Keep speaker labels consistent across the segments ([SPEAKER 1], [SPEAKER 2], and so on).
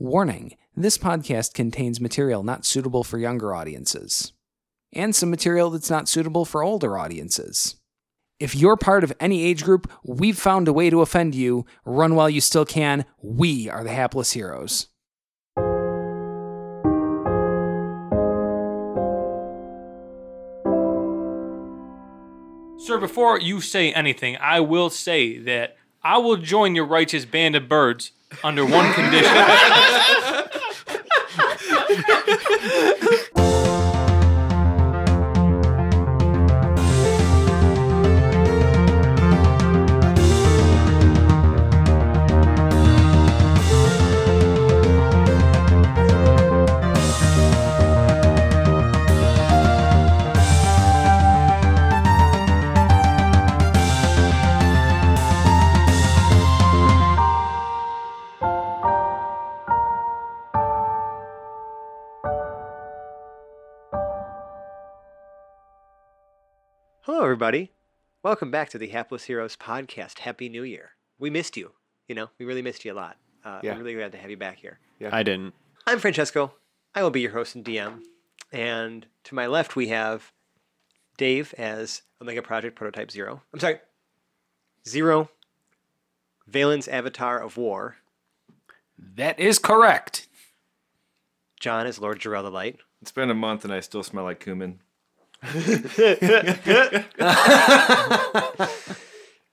[SPEAKER 1] Warning this podcast contains material not suitable for younger audiences, and some material that's not suitable for older audiences. If you're part of any age group, we've found a way to offend you. Run while you still can. We are the hapless heroes.
[SPEAKER 2] Sir, before you say anything, I will say that I will join your righteous band of birds under one condition.
[SPEAKER 3] Hello, everybody. Welcome back to the Hapless Heroes podcast. Happy New Year. We missed you. You know, we really missed you a lot. Uh,
[SPEAKER 4] Yeah.
[SPEAKER 3] We're really glad to have you back here.
[SPEAKER 4] I didn't.
[SPEAKER 3] I'm Francesco. I will be your host and DM. And to my left, we have Dave as Omega Project Prototype Zero. I'm sorry, Zero, Valen's Avatar of War.
[SPEAKER 1] That is correct.
[SPEAKER 3] John as Lord Jarell the Light.
[SPEAKER 4] It's been a month and I still smell like cumin.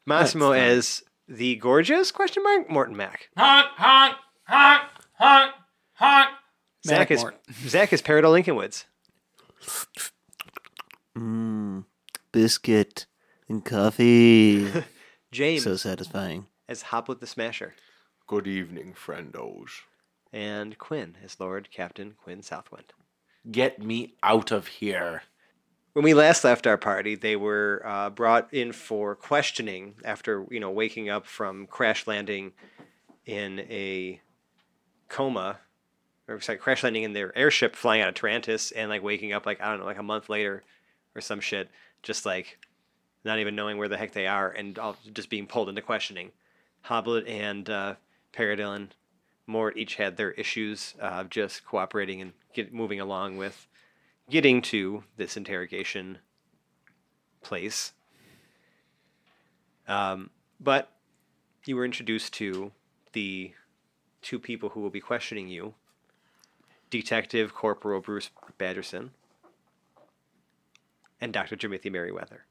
[SPEAKER 3] Massimo as the gorgeous question mark Morton Mac.
[SPEAKER 2] honk, honk, honk, honk, honk.
[SPEAKER 3] Zach is
[SPEAKER 1] Mort.
[SPEAKER 3] Zach is Paradol Lincoln Woods.
[SPEAKER 5] biscuit and coffee.
[SPEAKER 3] James
[SPEAKER 5] so satisfying.
[SPEAKER 3] as Hoplet the Smasher.
[SPEAKER 6] Good evening, friendos.
[SPEAKER 3] and Quinn as Lord Captain Quinn Southwind.
[SPEAKER 6] Get me out of here.
[SPEAKER 3] When we last left our party, they were uh, brought in for questioning after you know waking up from crash landing in a coma, or sorry, crash landing in their airship flying out of Tarantis, and like waking up like I don't know, like a month later or some shit, just like not even knowing where the heck they are, and all just being pulled into questioning. Hoblet and uh, Paradillon Mort each had their issues of just cooperating and get, moving along with getting to this interrogation place. Um, but you were introduced to the two people who will be questioning you Detective Corporal Bruce Badgerson and Dr. Jimothy Merriweather.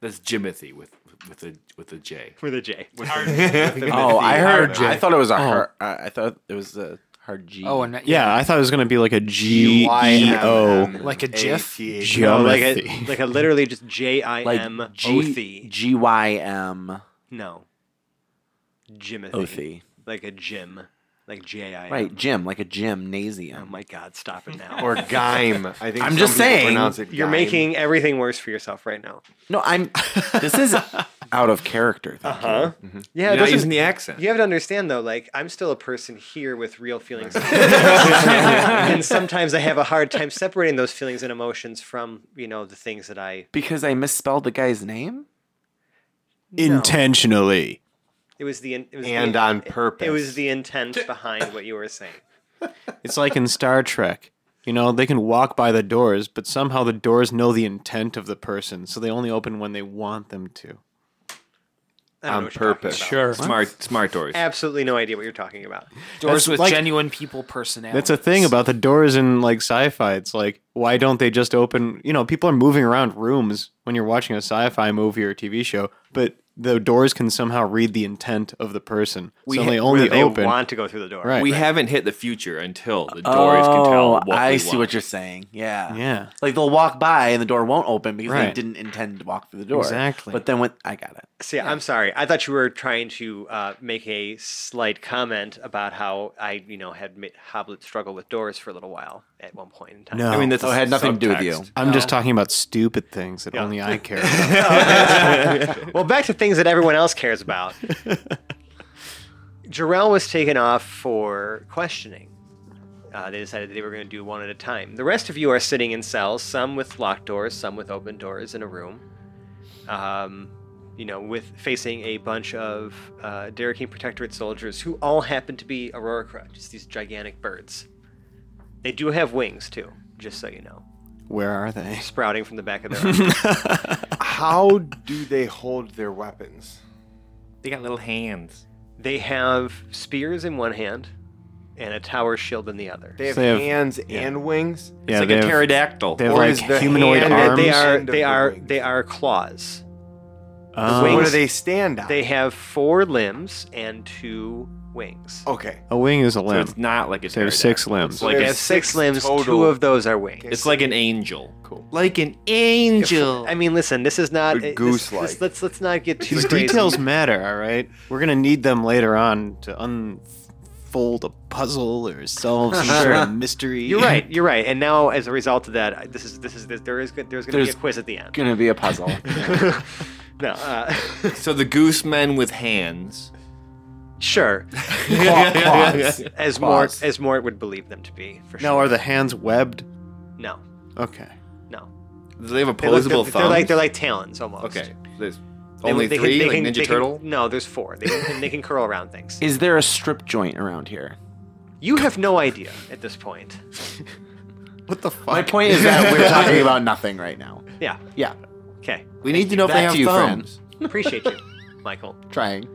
[SPEAKER 4] That's Jimothy with with a with a J.
[SPEAKER 3] With a J.
[SPEAKER 6] Oh, I heard. I, thought it was a
[SPEAKER 4] Oh.
[SPEAKER 6] hard. I I thought it was a hard G.
[SPEAKER 1] Oh, and
[SPEAKER 7] Yeah, I thought it was gonna be like a G E O.
[SPEAKER 1] Like a GIF?
[SPEAKER 6] E
[SPEAKER 3] No, like
[SPEAKER 7] Jimothy.
[SPEAKER 3] a like a literally just J I M
[SPEAKER 6] G G Y M
[SPEAKER 3] No. Jimothy.
[SPEAKER 6] Othy.
[SPEAKER 3] Like a gym. Like J I M.
[SPEAKER 6] Right, gym, like a
[SPEAKER 3] Oh
[SPEAKER 6] gymnasium.
[SPEAKER 3] my God, stop it now.
[SPEAKER 4] Or
[SPEAKER 3] E
[SPEAKER 4] Gaim. I think
[SPEAKER 6] I'm just
[SPEAKER 4] some people
[SPEAKER 6] saying,
[SPEAKER 4] pronounce it
[SPEAKER 3] You're
[SPEAKER 4] Gaim.
[SPEAKER 3] making everything worse for yourself right now.
[SPEAKER 6] No, I'm. This is out of character. Thank you.
[SPEAKER 3] Yeah,
[SPEAKER 4] You're
[SPEAKER 3] it
[SPEAKER 4] not
[SPEAKER 3] doesn't-
[SPEAKER 4] using the accent.
[SPEAKER 3] you have to understand though, like I'm still a person here with real feelings, and sometimes I have a hard time separating those feelings and emotions from you know the things that I.
[SPEAKER 6] Because I misspelled the guy's name.
[SPEAKER 7] Intentionally.
[SPEAKER 3] It was the in- it was
[SPEAKER 4] And
[SPEAKER 3] the,
[SPEAKER 4] on purpose.
[SPEAKER 3] it was the intent behind what you were saying.
[SPEAKER 7] It's like in Star Trek. You know, they can walk by the doors, but somehow the doors know the intent of the person, so they only open when they want them to.
[SPEAKER 3] I don't know
[SPEAKER 4] on
[SPEAKER 3] what you're talking
[SPEAKER 4] purpose.
[SPEAKER 3] about.
[SPEAKER 4] Smart smart doors.
[SPEAKER 3] Absolutely no idea what you're talking about.
[SPEAKER 1] doors
[SPEAKER 7] That's
[SPEAKER 1] with
[SPEAKER 7] like-
[SPEAKER 1] genuine people personality.
[SPEAKER 7] That's a thing about the doors in like sci-fi. It's like, why don't they just open? You know, people are moving around rooms when you're watching a sci-fi movie or TV show, but the doors can somehow read the intent of the person,
[SPEAKER 4] We
[SPEAKER 7] so
[SPEAKER 4] ha-
[SPEAKER 7] they
[SPEAKER 3] Whether
[SPEAKER 7] only
[SPEAKER 3] they
[SPEAKER 7] open.
[SPEAKER 3] want to go through the door.
[SPEAKER 7] Right.
[SPEAKER 4] we haven't hit the future until the doors can tell
[SPEAKER 6] Oh,
[SPEAKER 4] what we
[SPEAKER 6] I see
[SPEAKER 4] want.
[SPEAKER 6] what you're saying. Yeah.
[SPEAKER 7] Yeah.
[SPEAKER 6] Like they'll walk by and the door won't open because they
[SPEAKER 7] Right.
[SPEAKER 6] didn't intend to walk through the door.
[SPEAKER 7] Exactly.
[SPEAKER 6] But then when I got it.
[SPEAKER 3] See, I'm sorry. I thought you were trying to uh, make a slight comment about how I, you know, had ma- Hoblet struggle with doors for a little while at one point in time.
[SPEAKER 7] No.
[SPEAKER 6] I mean, that's
[SPEAKER 4] Oh,
[SPEAKER 6] it had nothing to do with
[SPEAKER 4] subtext.
[SPEAKER 6] you.
[SPEAKER 7] I'm just talking about stupid things that only I care about.
[SPEAKER 3] Well, back to things that everyone else cares about. Jarrell was taken off for questioning. Uh, they decided they were going to do one at a time. The rest of you are sitting in cells, some with locked doors, some with open doors in a room. Um, you know, with facing a bunch of uh, Derekin Protectorate soldiers who all happen to be Aurora Crud, just these gigantic birds. They do have wings too, just so you know,
[SPEAKER 7] Where are they?
[SPEAKER 3] sprouting from the back of their. arms.
[SPEAKER 8] How do they hold their weapons?
[SPEAKER 4] They got little hands.
[SPEAKER 3] they have spears in one hand, and a tower shield in the other.
[SPEAKER 8] They have,
[SPEAKER 7] They have-
[SPEAKER 8] hands and wings.
[SPEAKER 7] Yeah,
[SPEAKER 4] it's
[SPEAKER 7] they
[SPEAKER 4] like a
[SPEAKER 7] have-
[SPEAKER 4] pterodactyl.
[SPEAKER 7] they have
[SPEAKER 8] Or
[SPEAKER 7] like
[SPEAKER 8] is the
[SPEAKER 7] humanoid
[SPEAKER 8] hand-
[SPEAKER 3] And
[SPEAKER 7] arms.
[SPEAKER 3] they are
[SPEAKER 8] End of
[SPEAKER 3] they
[SPEAKER 8] the
[SPEAKER 3] are
[SPEAKER 8] wings.
[SPEAKER 3] they are claws.
[SPEAKER 9] Um,
[SPEAKER 7] Oh.
[SPEAKER 8] So what
[SPEAKER 3] wings-
[SPEAKER 8] do they stand on?
[SPEAKER 3] They have four limbs and two wings.
[SPEAKER 8] okay.
[SPEAKER 7] A wing is a
[SPEAKER 4] So
[SPEAKER 7] limb.
[SPEAKER 4] it's not like a
[SPEAKER 7] They have six
[SPEAKER 4] pterodactyl.
[SPEAKER 7] limbs.
[SPEAKER 4] It's like,
[SPEAKER 3] they
[SPEAKER 4] a,
[SPEAKER 3] have six,
[SPEAKER 8] six
[SPEAKER 3] limbs.
[SPEAKER 8] total.
[SPEAKER 3] Two of those are wings.
[SPEAKER 4] it's like an angel. Cool. Like an
[SPEAKER 8] If-
[SPEAKER 4] angel.
[SPEAKER 3] I mean, listen. This is not
[SPEAKER 8] A
[SPEAKER 3] it- this-
[SPEAKER 8] goose-like.
[SPEAKER 3] this- let's let's not get too
[SPEAKER 7] These
[SPEAKER 3] crazy.
[SPEAKER 7] details matter, all right? We're going to need them later on to unfold a puzzle or solve some sort of mystery.
[SPEAKER 3] You're right. You're right. And now, as a result of that, I- this is this is this, there is go- there's going to be a
[SPEAKER 8] There's-
[SPEAKER 3] quiz at the end.
[SPEAKER 8] Gonna be a puzzle.
[SPEAKER 3] No, uh,
[SPEAKER 4] so the goose men with hands.
[SPEAKER 3] sure.
[SPEAKER 8] Claws.
[SPEAKER 3] As more
[SPEAKER 8] Claws.
[SPEAKER 3] as Mort would believe them to be for sure.
[SPEAKER 7] Now, are the hands webbed?
[SPEAKER 3] No,
[SPEAKER 7] Okay.
[SPEAKER 3] no.
[SPEAKER 4] Do they have
[SPEAKER 3] They look-
[SPEAKER 4] opposable
[SPEAKER 3] they're,
[SPEAKER 4] thumbs?
[SPEAKER 3] they're like they're like talons almost.
[SPEAKER 4] okay. There's
[SPEAKER 3] They-
[SPEAKER 4] only
[SPEAKER 3] they can-
[SPEAKER 4] three,
[SPEAKER 3] they
[SPEAKER 4] like
[SPEAKER 3] can- they
[SPEAKER 4] Ninja
[SPEAKER 3] can-
[SPEAKER 4] Turtle.
[SPEAKER 3] no, there's four. They can, they can curl around things.
[SPEAKER 6] Is there a strip joint around here?
[SPEAKER 3] You have no idea at this point.
[SPEAKER 7] What the fuck?
[SPEAKER 6] My point is that we're talking about nothing right now.
[SPEAKER 3] Yeah.
[SPEAKER 6] Yeah,
[SPEAKER 3] Okay.
[SPEAKER 4] We need to know if
[SPEAKER 6] Back
[SPEAKER 4] they have
[SPEAKER 6] to you,
[SPEAKER 4] thumbs.
[SPEAKER 3] Appreciate you, Michael.
[SPEAKER 6] trying.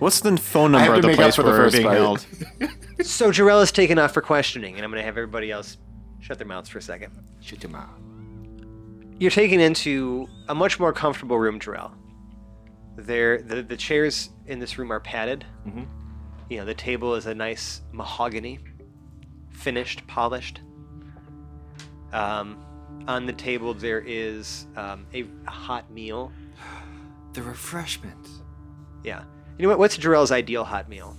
[SPEAKER 7] What's the phone
[SPEAKER 6] I
[SPEAKER 7] number
[SPEAKER 6] have
[SPEAKER 7] of
[SPEAKER 6] to
[SPEAKER 7] the
[SPEAKER 6] make up
[SPEAKER 7] place
[SPEAKER 6] for the
[SPEAKER 7] where we're
[SPEAKER 6] first
[SPEAKER 7] being
[SPEAKER 6] part.
[SPEAKER 7] held?
[SPEAKER 3] So Jarella's taken off for questioning, and I'm going to have everybody else shut their mouths for a second.
[SPEAKER 4] Shoot them out.
[SPEAKER 3] You're taken into a much more comfortable room, Jarell. There, the, the chairs in this room are padded.
[SPEAKER 4] Mhm.
[SPEAKER 3] You know, the table is a nice mahogany, finished, polished. Um, on the table there is um, a, a hot meal.
[SPEAKER 4] The refreshments.
[SPEAKER 3] Yeah. You know what? What's Jarell's ideal hot meal?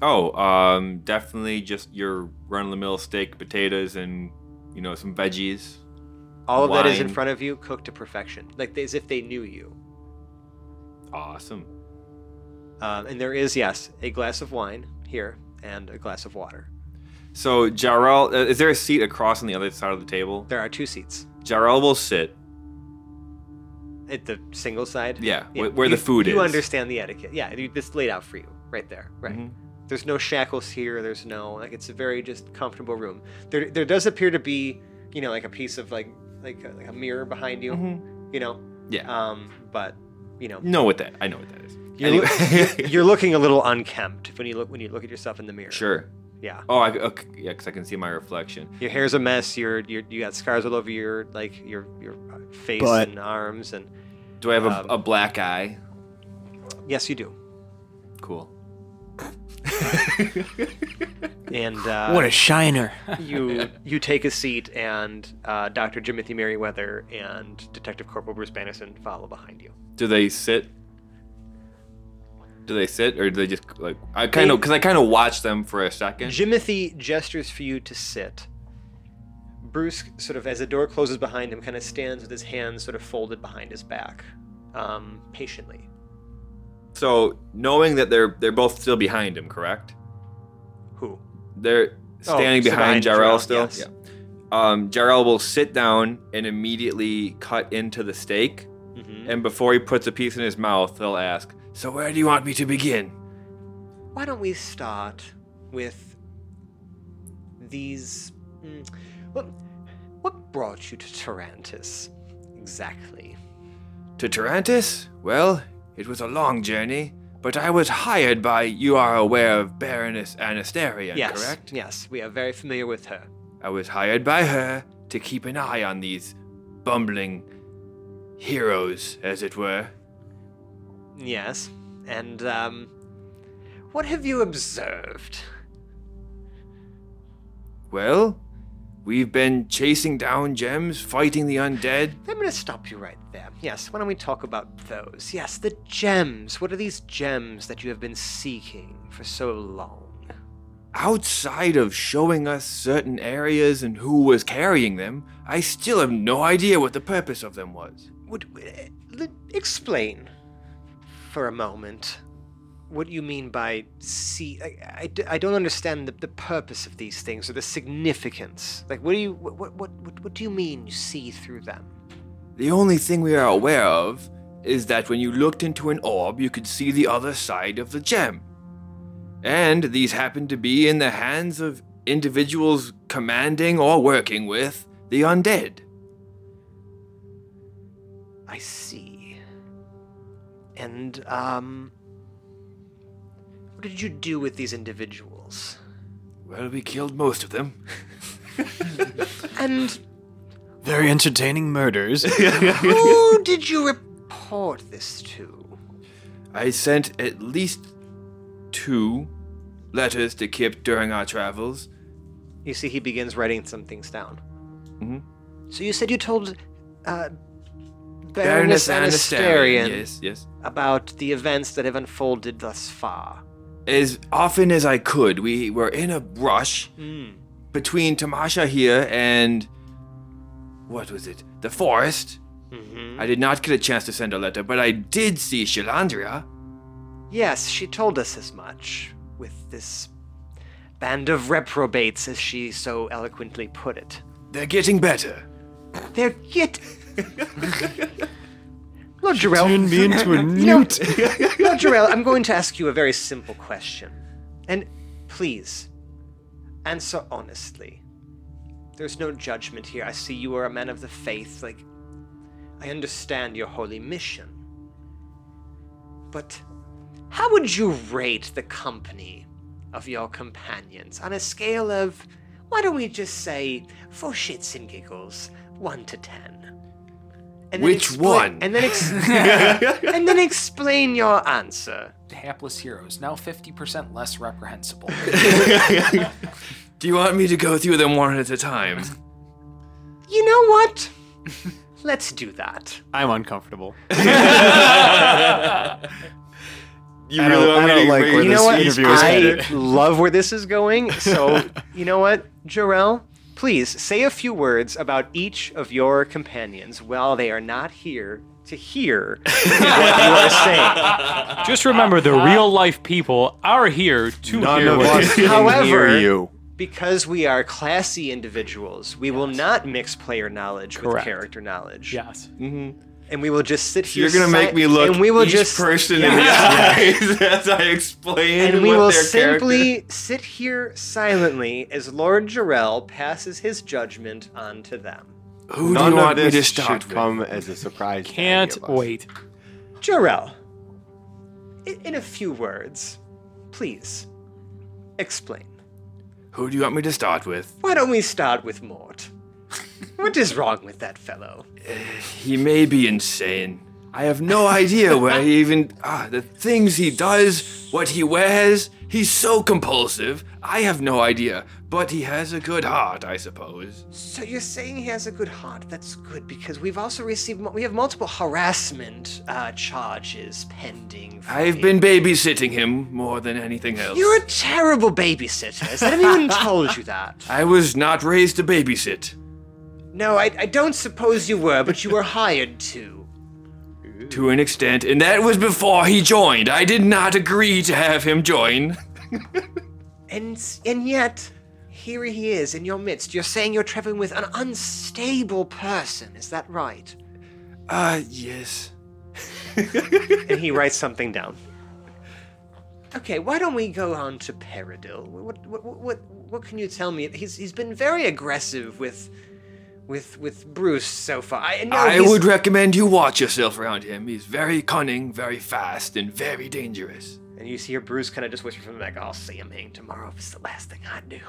[SPEAKER 4] Oh, um, definitely just your run-of-the-mill steak, potatoes, and you know some veggies.
[SPEAKER 3] All of that is in
[SPEAKER 4] Wine.
[SPEAKER 3] front of you, cooked to perfection, like as if they knew you.
[SPEAKER 4] Awesome.
[SPEAKER 3] Um, and there is, yes, a glass of wine here and a glass of water.
[SPEAKER 4] So Jarrell, uh, is there a seat across on the other side of the table?
[SPEAKER 3] There are two seats
[SPEAKER 4] Jarrell will sit.
[SPEAKER 3] at the single side.
[SPEAKER 4] Yeah, wh- where the
[SPEAKER 3] you-
[SPEAKER 4] food
[SPEAKER 3] You
[SPEAKER 4] is.
[SPEAKER 3] understand the etiquette. Yeah, you- this laid out for you right there. Right.
[SPEAKER 4] Mhm.
[SPEAKER 3] There's no shackles here. There's no like it's a very just comfortable room. There, there does appear to be, you know, like a piece of like like a, like a mirror behind you. You know.
[SPEAKER 4] Mm-hmm. Yeah.
[SPEAKER 3] Um, but you know,
[SPEAKER 4] know what that? I know what that is.
[SPEAKER 3] you're, loo-
[SPEAKER 4] Anyway.
[SPEAKER 3] you're looking a little unkempt when you look when you look at yourself in the mirror.
[SPEAKER 4] sure.
[SPEAKER 3] Yeah.
[SPEAKER 4] Oh, I, okay, yeah, because I can see my reflection.
[SPEAKER 3] Your hair's a mess. You're, you're you got scars all over your like your your face
[SPEAKER 7] But-
[SPEAKER 3] and arms and
[SPEAKER 4] Do I have a,
[SPEAKER 3] Um,
[SPEAKER 4] a black eye?
[SPEAKER 3] yes, you do.
[SPEAKER 4] Cool.
[SPEAKER 3] And uh,
[SPEAKER 5] What a shiner.
[SPEAKER 3] you you take a seat, and uh, Dr. Jimothy Merriweather and Detective Corporal Bruce Bannison follow behind you.
[SPEAKER 4] Do they sit? Do they sit, or do they just like? I kind of because I kind of watch them for a second.
[SPEAKER 3] Jimothy gestures for you to sit. Bruce, sort of as the door closes behind him, kind of stands with his hands sort of folded behind his back, um, patiently.
[SPEAKER 4] So knowing that they're they're both still behind him, correct?
[SPEAKER 3] Who?
[SPEAKER 4] They're
[SPEAKER 3] Oh,
[SPEAKER 4] standing
[SPEAKER 3] so
[SPEAKER 4] behind
[SPEAKER 3] behind
[SPEAKER 4] Jarrell
[SPEAKER 3] Jarrell,
[SPEAKER 4] still.
[SPEAKER 3] yes.
[SPEAKER 4] Um, Jarrell will sit down and immediately cut into the steak,
[SPEAKER 3] Mm-hmm.
[SPEAKER 4] and before he puts a piece in his mouth, he'll ask, "So where do you want me to begin?"
[SPEAKER 3] Why don't we start with these? Mm, what, what brought you to Tarantis exactly?
[SPEAKER 4] To Tarantis? Well, it was a long journey, but I was hired by. You are aware of Baroness Anasterion,
[SPEAKER 3] yes,
[SPEAKER 4] correct?
[SPEAKER 3] yes, we are very familiar with her.
[SPEAKER 4] I was hired by her to keep an eye on these bumbling heroes, as it were.
[SPEAKER 3] Yes. And um what have you observed?
[SPEAKER 4] Well, we've been chasing down gems, fighting the undead.
[SPEAKER 3] I'm going to stop you right there. Yes, why don't we talk about those? Yes, the gems. What are these gems that you have been seeking for so long?
[SPEAKER 4] Outside of showing us certain areas and who was carrying them, I still have no idea what the purpose of them was.
[SPEAKER 3] Would eh, l- explain for a moment what you mean by see I, I d- I don't understand the, the purpose of these things or the significance. Like what do you what what what, what do you mean you see through them?
[SPEAKER 4] The only thing we are aware of is that when you looked into an orb, you could see the other side of the gem. And these happened to be in the hands of individuals commanding or working with the undead.
[SPEAKER 3] I see. And, um. What did you do with these individuals?
[SPEAKER 4] Well, we killed most of them.
[SPEAKER 3] And
[SPEAKER 7] Very entertaining murders.
[SPEAKER 3] who did you report this to?
[SPEAKER 4] I sent at least two letters to Kip during our travels.
[SPEAKER 3] You see, he begins writing some things down.
[SPEAKER 7] Mm-hmm.
[SPEAKER 3] So you said you told uh, Baroness, Anasterian
[SPEAKER 4] Yes, yes.
[SPEAKER 3] about the events that have unfolded thus far.
[SPEAKER 4] as often as I could. We were in a rush between Tamasha here and what was it? The forest. I did not get a chance to send a letter, but I did see Shalandria.
[SPEAKER 3] Yes, she told us as much with this band of reprobates, as she so eloquently put it.
[SPEAKER 4] They're getting better.
[SPEAKER 3] They're yet. Lord Jarrell,
[SPEAKER 7] Turned me into a
[SPEAKER 3] you know,
[SPEAKER 7] newt.
[SPEAKER 3] Lord Jarrell, I'm going to ask you a very simple question, and please answer honestly. There's no judgment here. I see you are a man of the faith. Like, I understand your holy mission, but how would you rate the company of your companions on a scale of, why don't we just say, for shits and giggles, one to ten? And then
[SPEAKER 4] Which
[SPEAKER 3] expla-
[SPEAKER 4] one?
[SPEAKER 3] And then, ex- and then explain your answer.
[SPEAKER 1] Hapless heroes, now 50% less reprehensible.
[SPEAKER 4] Do you want me to go through them one at a time?
[SPEAKER 3] You know what? Let's do that.
[SPEAKER 7] I'm uncomfortable.
[SPEAKER 4] You
[SPEAKER 7] I don't, I don't like where
[SPEAKER 4] you
[SPEAKER 7] this
[SPEAKER 4] know what?
[SPEAKER 7] interview is
[SPEAKER 3] I
[SPEAKER 7] headed.
[SPEAKER 3] love where this is going. So, you know what, Jarrell? Please say a few words about each of your companions while they are not here to hear what you are saying.
[SPEAKER 2] Just remember, the real life people are here to
[SPEAKER 7] None
[SPEAKER 2] hear
[SPEAKER 7] of
[SPEAKER 2] what
[SPEAKER 7] us
[SPEAKER 3] However-
[SPEAKER 7] can hear you.
[SPEAKER 3] Because we are classy individuals, we will not mix player knowledge with character knowledge.
[SPEAKER 2] Yes.
[SPEAKER 3] And we will just sit here.
[SPEAKER 4] You're gonna
[SPEAKER 3] si-
[SPEAKER 4] make me look
[SPEAKER 3] and we will
[SPEAKER 4] each
[SPEAKER 3] just,
[SPEAKER 4] person in the eyes as I explain
[SPEAKER 3] and we
[SPEAKER 4] what
[SPEAKER 3] will
[SPEAKER 4] their character-
[SPEAKER 3] simply sit here silently as Lord Jarrell passes his judgment onto them.
[SPEAKER 4] Who do
[SPEAKER 8] None
[SPEAKER 4] you
[SPEAKER 8] of
[SPEAKER 4] want me
[SPEAKER 8] this
[SPEAKER 4] to start
[SPEAKER 8] should
[SPEAKER 4] with?
[SPEAKER 8] come as a surprise. to any
[SPEAKER 2] Can't
[SPEAKER 8] of us.
[SPEAKER 2] wait.
[SPEAKER 3] Jarrell, in, in a few words, please explain.
[SPEAKER 4] Who do you want me to start with?
[SPEAKER 3] Why don't we start with Mort? what is wrong with that fellow?
[SPEAKER 4] He may be insane. I have no idea where he even. Ah, the things he does, what he wears. He's so compulsive. I have no idea. But he has a good heart, I suppose.
[SPEAKER 3] So you're saying he has a good heart? That's good because we've also received mu- we have multiple harassment uh, charges pending. for
[SPEAKER 4] I've
[SPEAKER 3] him.
[SPEAKER 4] been babysitting him more than anything else.
[SPEAKER 3] You're a terrible babysitter. Has anyone even told you that?
[SPEAKER 4] I was not raised to babysit.
[SPEAKER 3] No, I, I don't suppose you were, but you were hired to.
[SPEAKER 4] To an extent, and that was before he joined. I did not agree to have him join.
[SPEAKER 3] And s- and yet, here he is in your midst. You're saying you're traveling with an unstable person. Is that right?
[SPEAKER 4] Ah, yes.
[SPEAKER 3] And he writes something down. Okay, why don't we go on to Peridil? What what what what, what can you tell me? He's he's been very aggressive with. With with Bruce so far, I know
[SPEAKER 4] I
[SPEAKER 3] he's-
[SPEAKER 4] would recommend you watch yourself around him. He's very cunning, very fast, and very dangerous.
[SPEAKER 3] And you hear Bruce kind of just whisper from the back, "I'll see him hang tomorrow." If it's the last thing I do.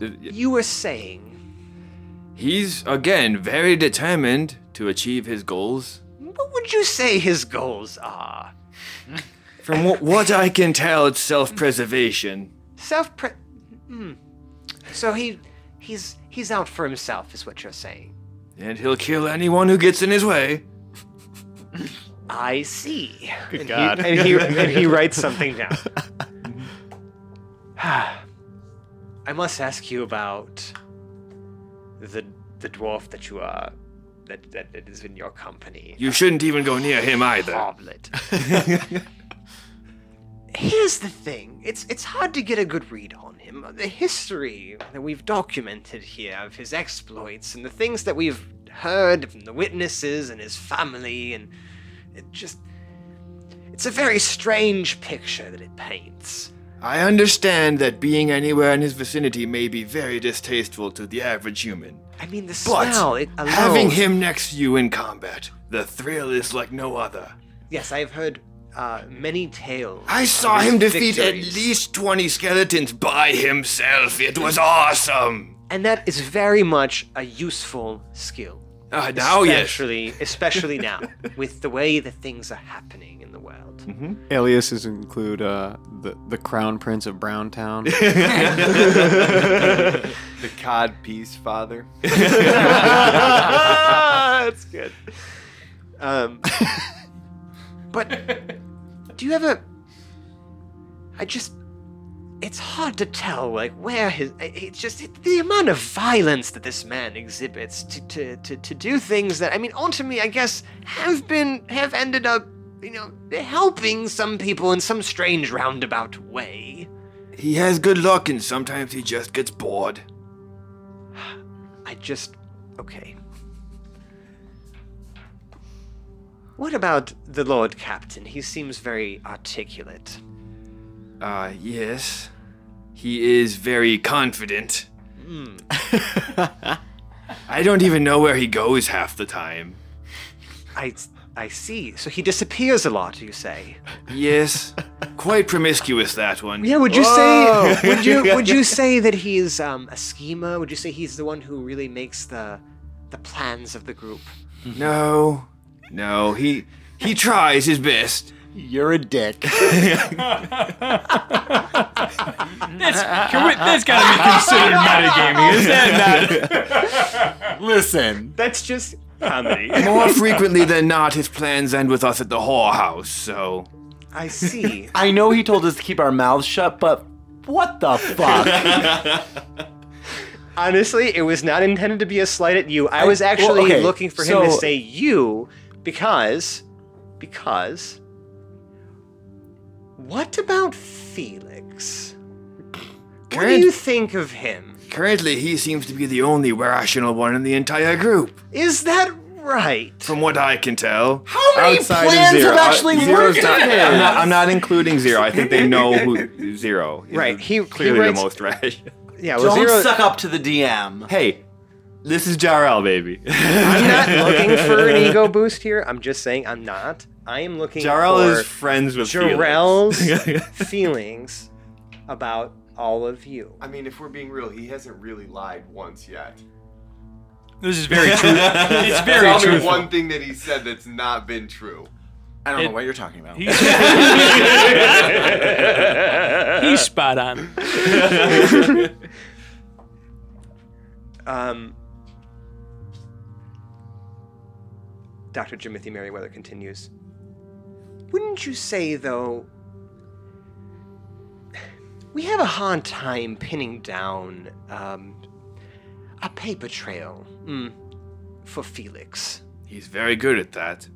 [SPEAKER 3] You were saying,
[SPEAKER 4] He's again very determined to achieve his goals.
[SPEAKER 3] what would you say his goals are?
[SPEAKER 4] From what, what I can tell, it's self-preservation.
[SPEAKER 3] Self pre. Hmm. So he he's he's out for himself, is what you're saying.
[SPEAKER 4] And he'll kill anyone who gets in his way.
[SPEAKER 3] I see. and
[SPEAKER 7] God.
[SPEAKER 3] He, and he and he writes something down. I must ask you about the the dwarf that you are that that, that is in your company.
[SPEAKER 4] You shouldn't even go near him either.
[SPEAKER 3] Hoblet. Here's the thing. It's it's hard to get a good read on him. m- the history that we've documented here of his exploits and the things that we've heard from the witnesses and his family and it just it's a very strange picture that it paints.
[SPEAKER 4] I understand that being anywhere in his vicinity may be very distasteful to the average human.
[SPEAKER 3] I mean the
[SPEAKER 4] But
[SPEAKER 3] smell it alone.
[SPEAKER 4] having him next to you in combat, the thrill is like no other.
[SPEAKER 3] Yes, I've heard uh, many tales.
[SPEAKER 4] I
[SPEAKER 3] of
[SPEAKER 4] saw
[SPEAKER 3] his
[SPEAKER 4] him defeat
[SPEAKER 3] victories.
[SPEAKER 4] at least 20 skeletons by himself. It was awesome.
[SPEAKER 3] and that is very much a useful skill.
[SPEAKER 4] Uh, now, yes.
[SPEAKER 3] especially, especially now, with the way that things are happening in the world.
[SPEAKER 7] Aliases include uh, the the Crown Prince of Browntown.
[SPEAKER 8] The cod piece, father.
[SPEAKER 3] That's good. Um, but do you ever? I just. It's hard to tell, like where his. i- It's just it, the amount of violence that this man exhibits to, to to to do things that I mean, ultimately, I guess have been have ended up, you know, helping some people in some strange roundabout way.
[SPEAKER 4] He has good luck, and sometimes he just gets bored.
[SPEAKER 3] I just. Okay. What about the Lord Captain? He seems very articulate.
[SPEAKER 4] Uh, yes. He is very confident. I don't even know where he goes half the time.
[SPEAKER 3] I, I see. So he disappears a lot, you say?
[SPEAKER 4] Yes. Quite promiscuous, that one.
[SPEAKER 3] Yeah. Would you say? Would you would you say that he's um, a schemer? Would you say he's the one who really makes the the plans of the group?
[SPEAKER 4] No. No, he he tries his best.
[SPEAKER 6] You're a dick.
[SPEAKER 2] That's, can we, that's gotta be considered metagaming. Is that not?
[SPEAKER 6] Listen.
[SPEAKER 3] That's just comedy.
[SPEAKER 4] More frequently than not, his plans end with us at the whorehouse, so.
[SPEAKER 3] I see.
[SPEAKER 6] I know he told us to keep our mouths shut, but what the fuck?
[SPEAKER 3] Honestly, it was not intended to be a slight at you. I, was
[SPEAKER 6] well,
[SPEAKER 3] actually
[SPEAKER 6] okay,
[SPEAKER 3] looking for him to
[SPEAKER 6] so-
[SPEAKER 3] say you because because what about Felix? What do
[SPEAKER 4] Good.
[SPEAKER 3] you think of him?
[SPEAKER 4] Currently, he seems to be the only rational one in the entire group,
[SPEAKER 3] Is that right?
[SPEAKER 4] from what I can tell.
[SPEAKER 6] How many
[SPEAKER 9] Outside of
[SPEAKER 6] plans
[SPEAKER 9] zero.
[SPEAKER 6] have actually
[SPEAKER 9] Uh,
[SPEAKER 6] worked
[SPEAKER 9] zero's not- I'm not, I'm not including zero. I think they know who zero. is
[SPEAKER 3] Right, he- he
[SPEAKER 9] clearly
[SPEAKER 3] writes-
[SPEAKER 9] the most rash.
[SPEAKER 3] Yeah, well,
[SPEAKER 6] Don't
[SPEAKER 3] zero,
[SPEAKER 6] suck up to the DM.
[SPEAKER 9] hey, this is Jarrell, baby.
[SPEAKER 3] I'm not looking for an ego boost here. I'm just saying I'm not. I am looking
[SPEAKER 9] Jarrell
[SPEAKER 3] for
[SPEAKER 9] is friends with
[SPEAKER 3] Jarrell's
[SPEAKER 9] Felix.
[SPEAKER 3] feelings about all of you.
[SPEAKER 8] I mean, if we're being real, he hasn't really lied once yet.
[SPEAKER 2] This is very true. It's very
[SPEAKER 8] Tell
[SPEAKER 2] true.
[SPEAKER 8] me one thing that he said that's not been true.
[SPEAKER 6] I don't
[SPEAKER 2] It-
[SPEAKER 6] know what you're talking about.
[SPEAKER 2] He's spot on.
[SPEAKER 3] Um, Dr. Jimothy Merriweather continues. Wouldn't you say, though, we have a hard time pinning down um, a paper trail mm, for Felix?
[SPEAKER 4] He's very good at that.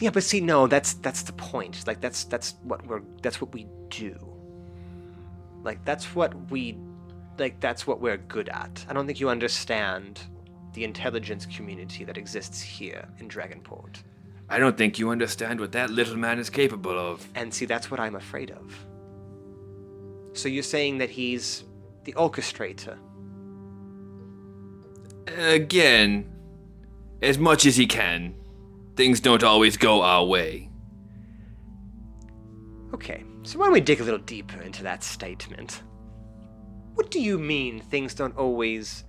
[SPEAKER 3] Yeah, but see, no, that's that's the point. Like that's that's what we're that's what we do. Like that's what we like that's what we're good at. I don't think you understand the intelligence community that exists here in Dragonport.
[SPEAKER 4] I don't think you understand what that little man is capable of.
[SPEAKER 3] And see, that's what I'm afraid of. So you're saying that he's the orchestrator.
[SPEAKER 4] Again, as much as he can, things don't always go our way.
[SPEAKER 3] Okay, so why don't we dig a little deeper into that statement? What do you mean things don't always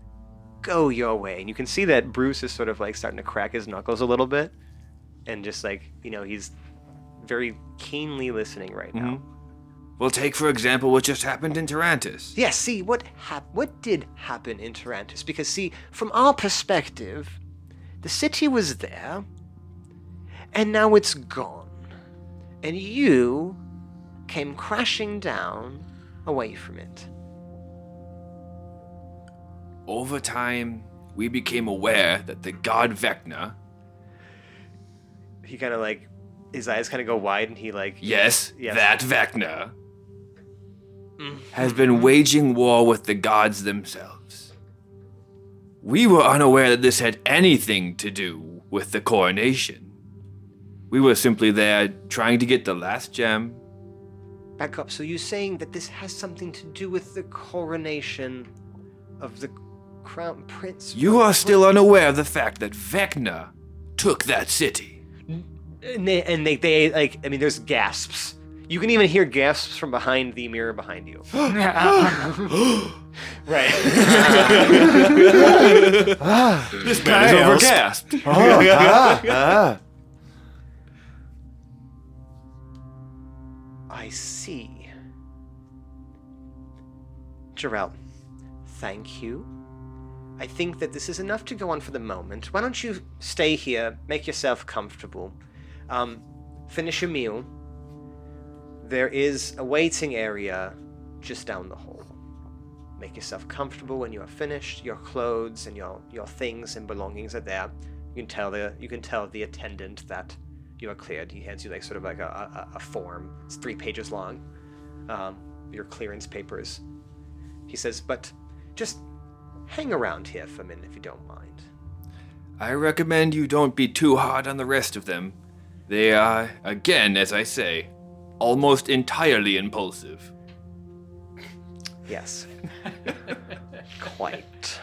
[SPEAKER 3] go your way? And you can see that Bruce is sort of like starting to crack his knuckles a little bit. And just like, you know, he's very keenly listening right now.
[SPEAKER 4] Well, take for example what just happened in Tarantus.
[SPEAKER 3] Yeah, see what hap- what did happen in Tarantus because see from our perspective the city was there and now it's gone and you came crashing down away from it.
[SPEAKER 4] Over time, we became aware that the god Vecna,
[SPEAKER 3] He kind of like his eyes kind of go wide and he like
[SPEAKER 4] yes,
[SPEAKER 3] Yes.
[SPEAKER 4] that Vecna, has been waging war with the gods themselves. We were unaware that this had anything to do with the coronation. We were simply there trying to get the last gem.
[SPEAKER 3] Back up. So you're saying that this has something to do with the coronation of the crown prince?
[SPEAKER 4] You are still unaware of the fact that Vecna took that city.
[SPEAKER 3] And they, and they, they like. I mean, there's gasps. You can even hear gasps from behind the mirror behind you. right.
[SPEAKER 9] This man is overcast.
[SPEAKER 3] I see. Jarrell, thank you. I think that this is enough to go on for the moment. Why don't you stay here, make yourself comfortable, um, finish your meal. There is a waiting area just down the hall. Make yourself comfortable when you are finished. Your clothes and your, your things and belongings are there. You can tell the you can tell the attendant that you are cleared. He hands you like sort of like a, a, a form. It's three pages long. Um, your clearance papers. He says, but just hang around here for a minute if you don't mind.
[SPEAKER 4] I recommend you don't be too hard on the rest of them. They are, again, as I say, almost entirely impulsive.
[SPEAKER 3] Yes. Quite.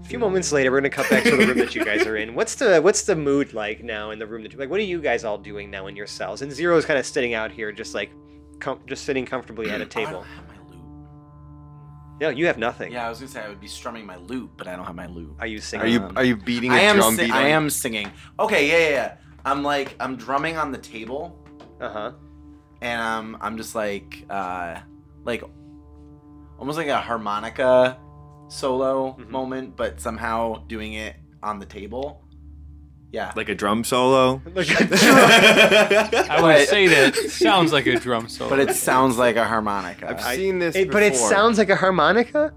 [SPEAKER 3] A few moments later, we're gonna cut back to the room that you guys are in. What's the what's the mood like now in the room that you like? What are you guys all doing now in your cells? And Zero is kind of sitting out here, just like, com- just sitting comfortably at a
[SPEAKER 6] I
[SPEAKER 3] table.
[SPEAKER 6] don't have my loot.
[SPEAKER 3] No, you have nothing.
[SPEAKER 6] Yeah, I was gonna say I would be strumming my lute, but I don't have my lute.
[SPEAKER 3] Are you singing?
[SPEAKER 9] Are you
[SPEAKER 8] Um,
[SPEAKER 9] are you beating a
[SPEAKER 6] I am.
[SPEAKER 9] drum
[SPEAKER 6] si-
[SPEAKER 9] beat?
[SPEAKER 6] I
[SPEAKER 9] on-
[SPEAKER 6] am singing. Okay, yeah, yeah, yeah. I'm like I'm drumming on the table,
[SPEAKER 3] Uh huh.
[SPEAKER 6] and um, I'm just like uh, like almost like a harmonica solo
[SPEAKER 9] Mm-hmm.
[SPEAKER 3] Mhm.
[SPEAKER 6] moment, but somehow doing it on the table. Yeah.
[SPEAKER 9] Like a drum solo.
[SPEAKER 2] I would say that sounds like a drum solo.
[SPEAKER 6] But it sounds like a harmonica.
[SPEAKER 8] I've
[SPEAKER 6] I,
[SPEAKER 8] seen this
[SPEAKER 3] It, but it
[SPEAKER 8] before.
[SPEAKER 3] sounds like a harmonica.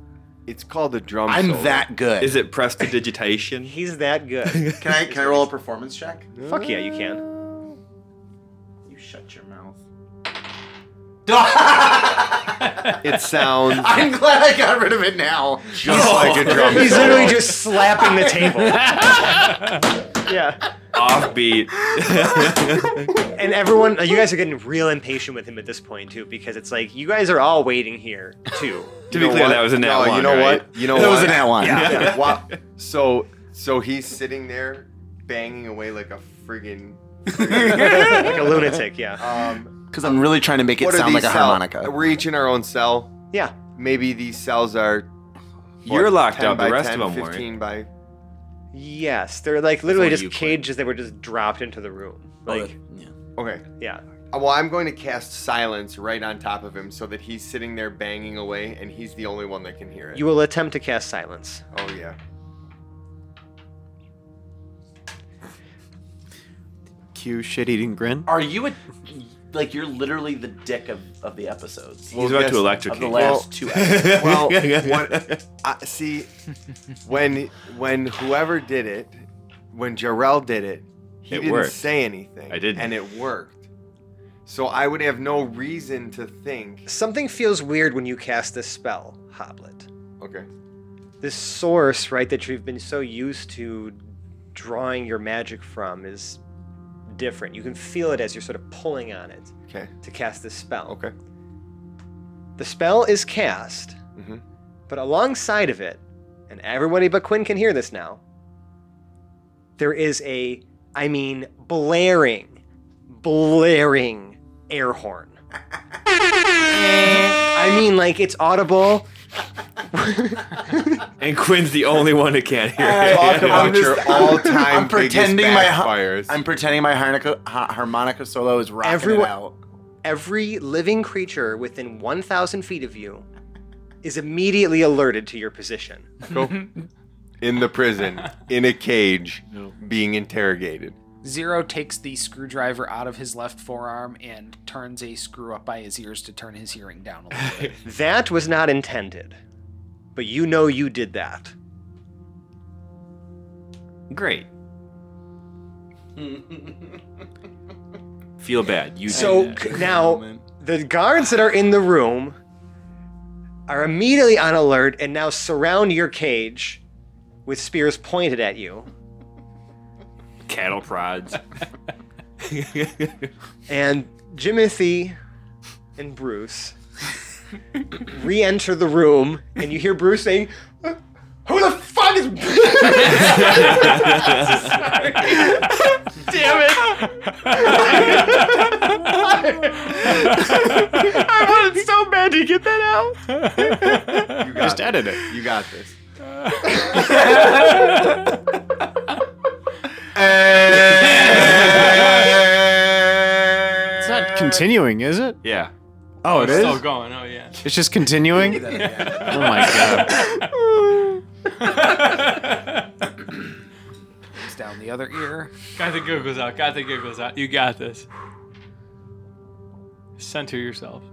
[SPEAKER 8] It's called a drum.
[SPEAKER 6] am
[SPEAKER 8] solo.
[SPEAKER 6] that good.
[SPEAKER 9] Is it prestidigitation?
[SPEAKER 3] He's that good.
[SPEAKER 6] Can I can I roll a performance check?
[SPEAKER 3] Fuck yeah, you can.
[SPEAKER 6] You shut your mouth.
[SPEAKER 9] It sounds
[SPEAKER 6] I'm glad I got rid of it now.
[SPEAKER 9] just like a drum
[SPEAKER 3] He's
[SPEAKER 9] solo.
[SPEAKER 3] literally just slapping the table. yeah.
[SPEAKER 9] offbeat.
[SPEAKER 3] And everyone, you guys are getting real impatient with him at this point too, because it's like you guys are all waiting here too.
[SPEAKER 9] to be clear, that was a nat
[SPEAKER 8] no,
[SPEAKER 9] one.
[SPEAKER 8] you know
[SPEAKER 9] right?
[SPEAKER 8] what? You know
[SPEAKER 6] That
[SPEAKER 8] what?
[SPEAKER 6] was an at one.
[SPEAKER 8] Yeah. Wow. So so he's sitting there banging away like a friggin'
[SPEAKER 3] Like a lunatic, yeah.
[SPEAKER 8] um
[SPEAKER 6] Because I'm really trying to make it
[SPEAKER 8] what are
[SPEAKER 6] sound like
[SPEAKER 8] these
[SPEAKER 6] a
[SPEAKER 8] cell-
[SPEAKER 6] harmonica.
[SPEAKER 8] We're each in our own cell.
[SPEAKER 3] Yeah.
[SPEAKER 8] Maybe these cells are
[SPEAKER 9] You're
[SPEAKER 8] what,
[SPEAKER 9] locked
[SPEAKER 8] 10
[SPEAKER 9] up, the
[SPEAKER 8] by
[SPEAKER 9] rest
[SPEAKER 8] 10,
[SPEAKER 9] of 'em weren't.
[SPEAKER 8] 15 by
[SPEAKER 3] Yes, they're like literally
[SPEAKER 6] Before
[SPEAKER 3] just
[SPEAKER 6] you quit.
[SPEAKER 3] cages that were just dropped into the room. Like,
[SPEAKER 6] yeah.
[SPEAKER 8] Okay.
[SPEAKER 3] yeah,
[SPEAKER 8] Uh, Well, I'm going to cast silence right on top of him so that he's sitting there banging away and he's the only one that can hear it.
[SPEAKER 3] you will attempt to cast silence.
[SPEAKER 8] oh yeah.
[SPEAKER 7] Cue shit eating grin.
[SPEAKER 6] Are you a like you're literally the dick of, of the episodes
[SPEAKER 9] He's about
[SPEAKER 8] yes,
[SPEAKER 6] of
[SPEAKER 9] to
[SPEAKER 6] the
[SPEAKER 9] electrocute.
[SPEAKER 6] last two episodes?
[SPEAKER 8] Well, what, I see when when whoever did it, when Jarrell did it, he
[SPEAKER 9] It
[SPEAKER 8] didn't
[SPEAKER 9] worked.
[SPEAKER 8] say anything.
[SPEAKER 9] I didn't.
[SPEAKER 8] and it worked. So I would have no reason to think.
[SPEAKER 3] Something feels weird when you cast this spell, Hoblet.
[SPEAKER 8] Okay.
[SPEAKER 3] This source, right, that you've been so used to drawing your magic from is different. You can feel it as you're sort of pulling on it
[SPEAKER 8] Okay.
[SPEAKER 3] to cast this spell.
[SPEAKER 8] Okay.
[SPEAKER 3] The spell is cast,
[SPEAKER 8] Mhm.
[SPEAKER 3] but alongside of it, and everybody but Quinn can hear this now, there is a, I mean, blaring, blaring air horn. I mean, like, it's audible.
[SPEAKER 9] And Quinn's the only one who can't hear
[SPEAKER 8] Talk
[SPEAKER 9] it.
[SPEAKER 8] about your all-time
[SPEAKER 6] I'm pretending my
[SPEAKER 8] biggest
[SPEAKER 6] har-
[SPEAKER 8] backfires.
[SPEAKER 6] I'm pretending my harmonica ha- harmonica solo is rocking
[SPEAKER 3] Everyone-
[SPEAKER 6] it out.
[SPEAKER 3] Every living creature within 1,000 feet of you is immediately alerted to your position.
[SPEAKER 8] in the prison, in a cage, being interrogated.
[SPEAKER 1] Zero takes the screwdriver out of his left forearm and turns a screw up by his ears to turn his hearing down a little bit.
[SPEAKER 3] That was not intended, but you know you did that.
[SPEAKER 9] Great. Feel bad. You
[SPEAKER 3] So
[SPEAKER 9] did
[SPEAKER 3] c- now the guards that are in the room are immediately on alert and now surround your cage with spears pointed at you.
[SPEAKER 9] Cattle prods.
[SPEAKER 3] And Jimothy and Bruce re enter the room, and you hear Bruce saying, "Uh, Who the fuck is.
[SPEAKER 2] Damn it!
[SPEAKER 9] I wanted so bad to get that out.
[SPEAKER 8] You got
[SPEAKER 7] Just
[SPEAKER 8] it.
[SPEAKER 7] edit it.
[SPEAKER 8] You got this.
[SPEAKER 7] It's not continuing, is it?
[SPEAKER 9] Yeah.
[SPEAKER 7] Oh, it
[SPEAKER 2] It's
[SPEAKER 7] is.
[SPEAKER 2] still going. Oh yeah.
[SPEAKER 7] It's just continuing. oh my god.
[SPEAKER 1] It's down the other ear.
[SPEAKER 2] Got the giggles out. Got the giggles out. You got this. Center yourself.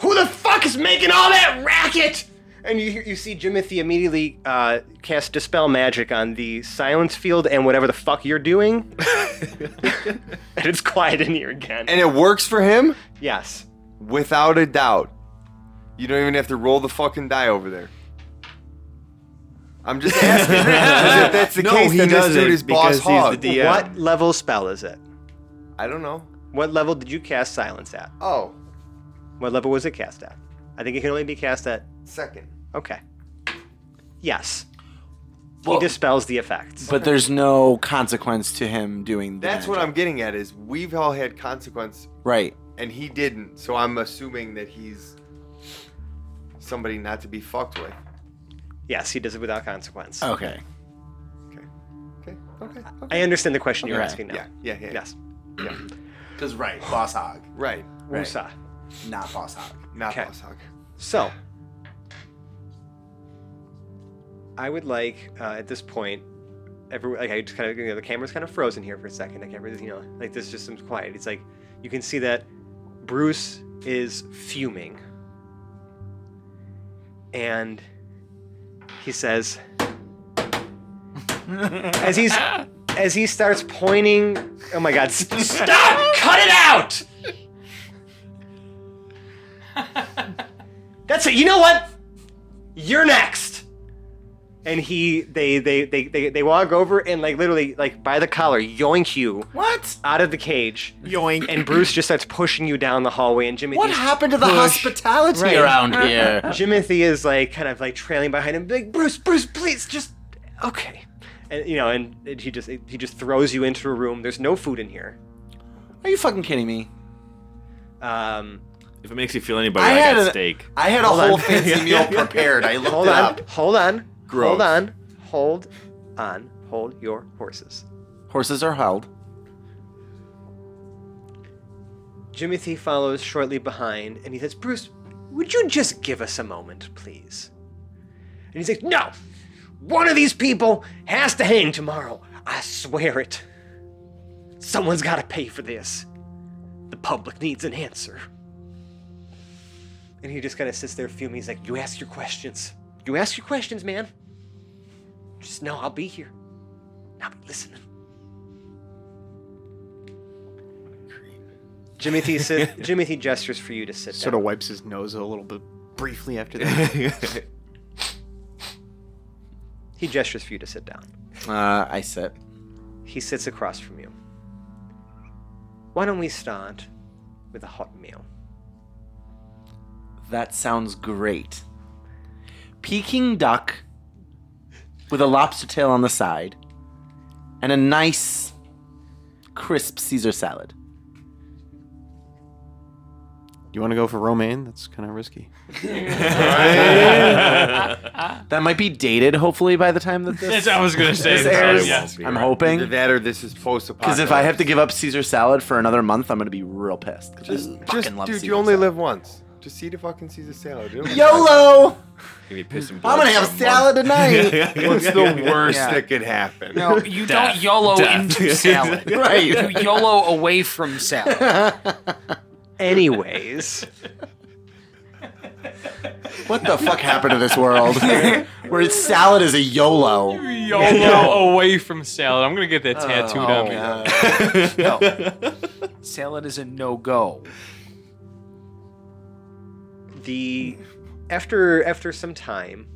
[SPEAKER 3] Who the fuck is making all that racket? And you, hear- you see Jimothy immediately uh, cast Dispel Magic on the silence field and whatever the fuck you're doing. and it's quiet in here again.
[SPEAKER 8] And it works for him
[SPEAKER 3] yes.
[SPEAKER 8] without a doubt. You don't even have to roll the fucking die over there. I'm just asking. 'cause if that's the
[SPEAKER 9] No,
[SPEAKER 8] case,
[SPEAKER 9] he
[SPEAKER 8] then this
[SPEAKER 9] does it
[SPEAKER 8] dude is boss
[SPEAKER 9] because he's the
[SPEAKER 8] hog.
[SPEAKER 9] DM. Yeah.
[SPEAKER 3] What level spell is it?
[SPEAKER 8] I don't know.
[SPEAKER 3] What level did you cast silence at?
[SPEAKER 8] Oh,
[SPEAKER 3] What level was it cast at? I think it can only be cast at.
[SPEAKER 8] second.
[SPEAKER 3] Okay. Yes. he dispels the effects.
[SPEAKER 6] But there's no consequence to him doing the
[SPEAKER 8] That's
[SPEAKER 6] bad
[SPEAKER 8] what
[SPEAKER 6] job.
[SPEAKER 8] I'm getting at is we've all had consequence
[SPEAKER 6] Right.
[SPEAKER 8] and he didn't, so I'm assuming that he's somebody not to be fucked with.
[SPEAKER 3] yes, he does it without consequence.
[SPEAKER 8] Oh.
[SPEAKER 6] Okay.
[SPEAKER 8] Okay. Okay. okay.
[SPEAKER 3] I understand the question you're
[SPEAKER 6] Okay.
[SPEAKER 3] asking now.
[SPEAKER 8] Yeah, yeah, yeah.
[SPEAKER 3] Yes.
[SPEAKER 6] Because right, boss hog,
[SPEAKER 8] Right.
[SPEAKER 6] Right.
[SPEAKER 3] Usa.
[SPEAKER 6] not boss hog.
[SPEAKER 8] Not
[SPEAKER 3] Okay.
[SPEAKER 8] boss hog.
[SPEAKER 3] So, I would like uh, at this point, every like I just kind of you know, the camera's kind of frozen here for a second. I can't really you know like this just seems quiet. It's like you can see that Bruce is fuming, and he says as he's as he starts pointing. Oh my God! s- Stop! Cut it out! That's it. You know what? You're next. And he, they, they, they, they, they walk over and like literally like by the collar, yoink you. What? Out of the cage. Yoink. And Bruce just starts pushing you down the hallway, and Jimmy.
[SPEAKER 6] What happened to the hospitality around here?
[SPEAKER 3] Jimothy is like kind of like trailing behind him, like Bruce, Bruce, please, just okay. And you know, and and he just he just throws you into a room. There's no food in here.
[SPEAKER 6] Are you fucking kidding me?
[SPEAKER 3] Um,
[SPEAKER 9] If it makes you feel any better,
[SPEAKER 6] I
[SPEAKER 9] I,
[SPEAKER 6] had
[SPEAKER 9] got
[SPEAKER 6] a-
[SPEAKER 9] steak.
[SPEAKER 6] I had a
[SPEAKER 3] Hold on.
[SPEAKER 6] whole fancy meal prepared. I looked
[SPEAKER 3] hold
[SPEAKER 6] it
[SPEAKER 3] on,
[SPEAKER 6] up.
[SPEAKER 3] hold on,
[SPEAKER 8] Gross.
[SPEAKER 3] hold on, hold on, hold your horses.
[SPEAKER 6] Horses are held.
[SPEAKER 3] Jimothy follows shortly behind and he says, Bruce, would you just give us a moment, please? And he's like, No! One of these people has to hang tomorrow. I swear it. Someone's got to pay for this. The public needs an answer. And he just kind of sits there fuming. He's like, You ask your questions. You ask your questions, man. Just know I'll be here. I'll be listening. Jimothy, sit, Jimothy gestures for you to sit
[SPEAKER 7] Sort
[SPEAKER 3] down.
[SPEAKER 7] of wipes his nose a little bit briefly after that.
[SPEAKER 3] He gestures for you to sit down.
[SPEAKER 6] Uh, I sit.
[SPEAKER 3] He sits across from you. Why don't we start with a hot meal?
[SPEAKER 6] That sounds great. Peking duck with a lobster tail on the side and a nice crisp Caesar salad.
[SPEAKER 7] you want to go for romaine? That's kind of risky.
[SPEAKER 6] That might be dated, hopefully, by the time that this
[SPEAKER 2] That's what I was gonna say.
[SPEAKER 6] this airs.
[SPEAKER 2] Yeah.
[SPEAKER 6] I'm
[SPEAKER 8] Either
[SPEAKER 6] hoping.
[SPEAKER 8] that or this is post
[SPEAKER 6] Because
[SPEAKER 8] apocalypse.
[SPEAKER 6] if I have to give up Caesar salad for another month, I'm going to be real pissed. 'cause I
[SPEAKER 8] just,
[SPEAKER 6] fucking love
[SPEAKER 8] dude, you
[SPEAKER 6] Caesar
[SPEAKER 8] only
[SPEAKER 6] salad.
[SPEAKER 8] live once. Just eat a fucking Caesar salad. It'll be
[SPEAKER 6] YOLO!
[SPEAKER 9] Give me piss and
[SPEAKER 6] I'm
[SPEAKER 9] blood
[SPEAKER 6] going to have
[SPEAKER 9] for a
[SPEAKER 6] salad tonight.
[SPEAKER 8] fine. What's the worst that could happen?
[SPEAKER 1] No, you don't YOLO into salad.
[SPEAKER 6] right.
[SPEAKER 1] You YOLO away from salad.
[SPEAKER 3] Anyways,
[SPEAKER 6] What the fuck happened to this world? Where salad is a YOLO.
[SPEAKER 2] YOLO away from salad. I'm gonna get that tattooed
[SPEAKER 1] Oh,
[SPEAKER 2] on me.
[SPEAKER 1] Salad is a no go.
[SPEAKER 3] the after after some time,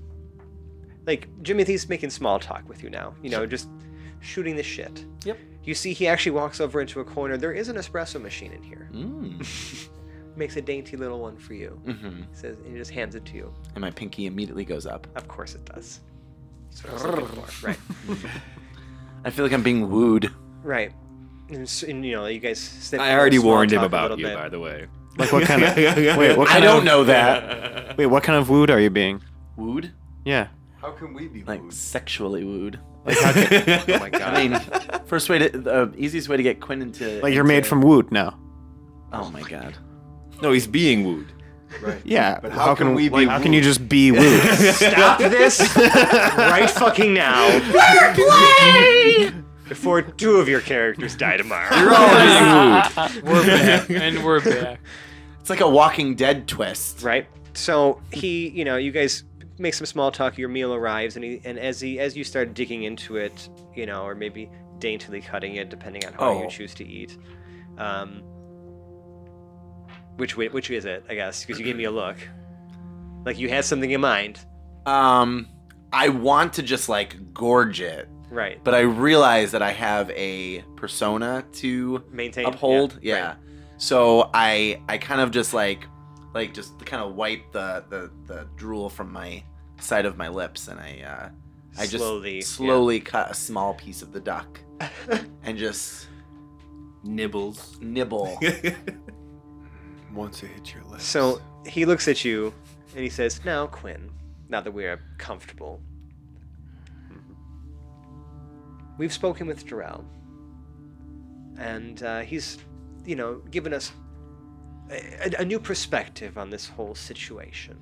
[SPEAKER 3] like Jimothy's making small talk with you now. You know, just shooting the shit.
[SPEAKER 6] Yep.
[SPEAKER 3] You see, he actually walks over into a corner. There is an espresso machine in here. Makes a dainty little one for you. Mm-hmm. He says, and he just hands it to you.
[SPEAKER 6] And my pinky immediately goes up.
[SPEAKER 3] Of course it does. That's what I was looking for. Right.
[SPEAKER 6] I feel like I'm being wooed.
[SPEAKER 3] Right. And, s- and, you know, you guys. snip
[SPEAKER 9] I
[SPEAKER 3] through
[SPEAKER 9] already
[SPEAKER 3] small
[SPEAKER 9] warned him
[SPEAKER 3] talk a little
[SPEAKER 9] about you,
[SPEAKER 3] bit.
[SPEAKER 9] by the way.
[SPEAKER 7] Like what kind of? wait, what
[SPEAKER 6] I
[SPEAKER 7] kind
[SPEAKER 6] don't
[SPEAKER 7] of,
[SPEAKER 6] know that.
[SPEAKER 7] Wait, what kind of wooed are you being?
[SPEAKER 6] Wooed?
[SPEAKER 7] Yeah.
[SPEAKER 8] How can we be
[SPEAKER 6] Like
[SPEAKER 8] wooed?
[SPEAKER 6] sexually wooed.
[SPEAKER 3] Oh my god.
[SPEAKER 6] I mean, first way to the easiest way to get Quinn into
[SPEAKER 7] Like you're made
[SPEAKER 6] into-
[SPEAKER 7] from wood now.
[SPEAKER 6] Oh my god.
[SPEAKER 9] No, he's being wooed.
[SPEAKER 7] Yeah.
[SPEAKER 8] But how can we be
[SPEAKER 7] How can you
[SPEAKER 8] wooed?
[SPEAKER 7] just be wooed?
[SPEAKER 3] Stop this right fucking now. Before two of your characters die tomorrow.
[SPEAKER 1] Oh,
[SPEAKER 4] Oh,
[SPEAKER 2] We're back. and we're back.
[SPEAKER 6] It's like a Walking Dead twist.
[SPEAKER 3] right? So he, you know, you guys make some small talk. Your meal arrives, and he, and as he, as you start digging into it, you know, or maybe daintily cutting it, depending on how
[SPEAKER 6] Oh.
[SPEAKER 3] you choose to eat. Um, which way- which is it? I guess because you gave me a look, like you had something in mind,
[SPEAKER 6] Um, I want to just like gorge it,
[SPEAKER 3] right?
[SPEAKER 6] but I realize that I have a persona to
[SPEAKER 3] Maintain
[SPEAKER 6] uphold. Yeah.
[SPEAKER 3] right.
[SPEAKER 6] So I I kind of just like like just kind of wipe the the the drool from my side of my lips, and I uh, I just
[SPEAKER 3] Slowly, yeah.
[SPEAKER 6] slowly cut a small piece of the duck, and just
[SPEAKER 9] Nibbles.
[SPEAKER 6] nibble.
[SPEAKER 8] Once it hits your lips.
[SPEAKER 3] So he looks at you, and he says, "Now, Quinn, now that we are comfortable." We've spoken with Jarrell, and uh, he's, you know, given us a, a- a new perspective on this whole situation.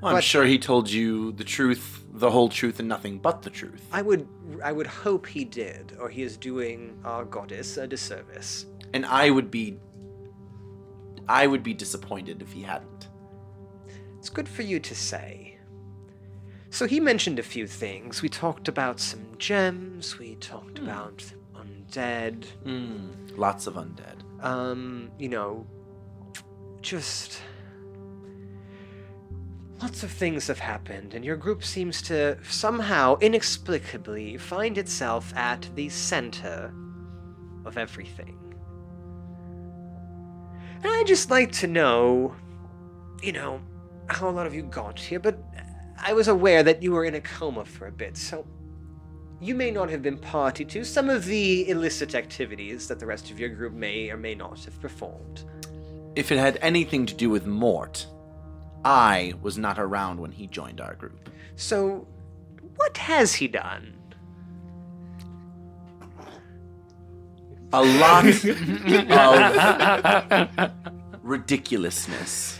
[SPEAKER 6] Well, I'm
[SPEAKER 3] But-
[SPEAKER 6] sure he told you the truth, the whole truth, and nothing but the truth.
[SPEAKER 3] I would, I would hope he did, or he is doing our goddess a disservice.
[SPEAKER 6] and I would be I would be disappointed if he hadn't.
[SPEAKER 3] It's good for you to say. So he mentioned a few things. We talked about some gems. We talked about undead. Hmm.
[SPEAKER 6] Lots of undead.
[SPEAKER 3] um, you know, just lots of things have happened, and your group seems to somehow, inexplicably, find itself at the center of everything. And I'd just like to know, you know, how a lot of you got here, but I was aware that you were in a coma for a bit, so you may not have been party to some of the illicit activities that the rest of your group may or may not have performed.
[SPEAKER 6] If it had anything to do with Mort, I was not around when he joined our group.
[SPEAKER 3] So, what has he done?
[SPEAKER 6] A lot of ridiculousness.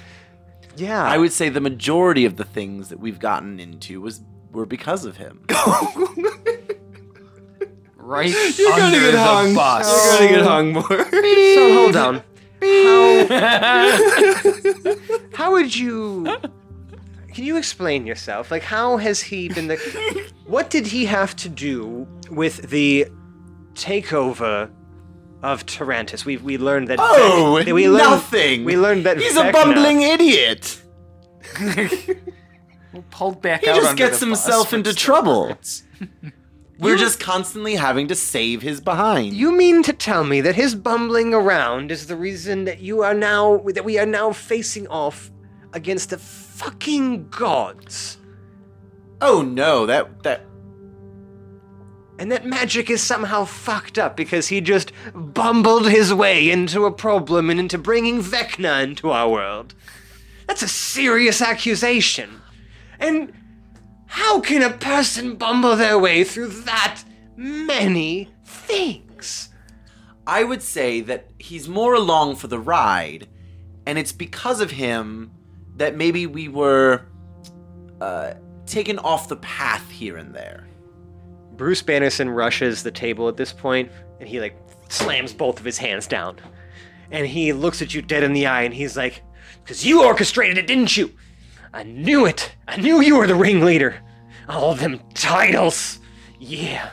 [SPEAKER 3] Yeah.
[SPEAKER 6] I would say the majority of the things that we've gotten into was were because of him.
[SPEAKER 2] Right under the bus.
[SPEAKER 9] You're gonna get hung more.
[SPEAKER 3] so hold on. How, how would you. Can you explain yourself? Like, how has he been the. What did he have to do with the takeover of Tarantus? We, we learned that.
[SPEAKER 6] Oh,
[SPEAKER 3] that we learned,
[SPEAKER 6] nothing.
[SPEAKER 3] We learned that.
[SPEAKER 6] He's a
[SPEAKER 3] Vecna-
[SPEAKER 6] bumbling idiot.
[SPEAKER 1] Pulled back
[SPEAKER 6] He
[SPEAKER 1] out.
[SPEAKER 6] just
[SPEAKER 1] under
[SPEAKER 6] gets
[SPEAKER 1] the bus
[SPEAKER 6] himself
[SPEAKER 1] with
[SPEAKER 6] into
[SPEAKER 1] stuff.
[SPEAKER 6] trouble. We're just constantly having to save his behind.
[SPEAKER 3] You mean to tell me that his bumbling around is the reason that you are now that we are now facing off against the fucking gods?
[SPEAKER 6] Oh no, that that
[SPEAKER 3] And that magic is somehow fucked up because he just bumbled his way into a problem and into bringing Vecna into our world. That's a serious accusation. And how can a person bumble their way through that many things?
[SPEAKER 6] I would say that he's more along for the ride, and it's because of him that maybe we were uh, taken off the path here and there.
[SPEAKER 3] Bruce Bannerson rushes the table at this point, and he like slams both of his hands down, and he looks at you dead in the eye, and he's like, "Cause you orchestrated it, didn't you? I knew it. I knew you were the ringleader. All them titles. Yeah,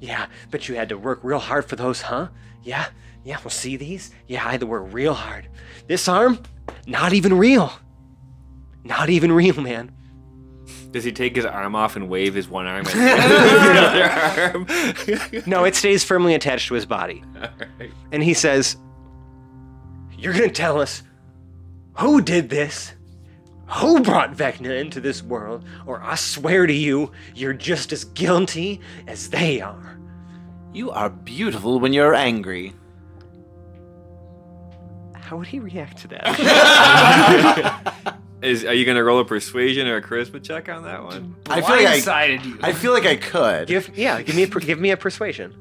[SPEAKER 3] yeah. But you had to work real hard for those, huh? Yeah, yeah. Well, see these? Yeah, I had to work real hard. This arm, not even real. Not even real, man.
[SPEAKER 9] Does he take his arm off and wave his one arm? And the other arm?
[SPEAKER 3] No, it stays firmly attached to his body. And he says, You're going to tell us who did this, who brought Vecna into this world, or I swear to you, you're just as guilty as they are.
[SPEAKER 6] You are beautiful when you're angry.
[SPEAKER 3] How would he react to that?
[SPEAKER 9] Is are you gonna roll a persuasion or a charisma check on that one?
[SPEAKER 6] I feel like I,
[SPEAKER 2] Blindsided you.
[SPEAKER 6] I feel like I could.
[SPEAKER 3] give, yeah, give me, a, per- give me a persuasion.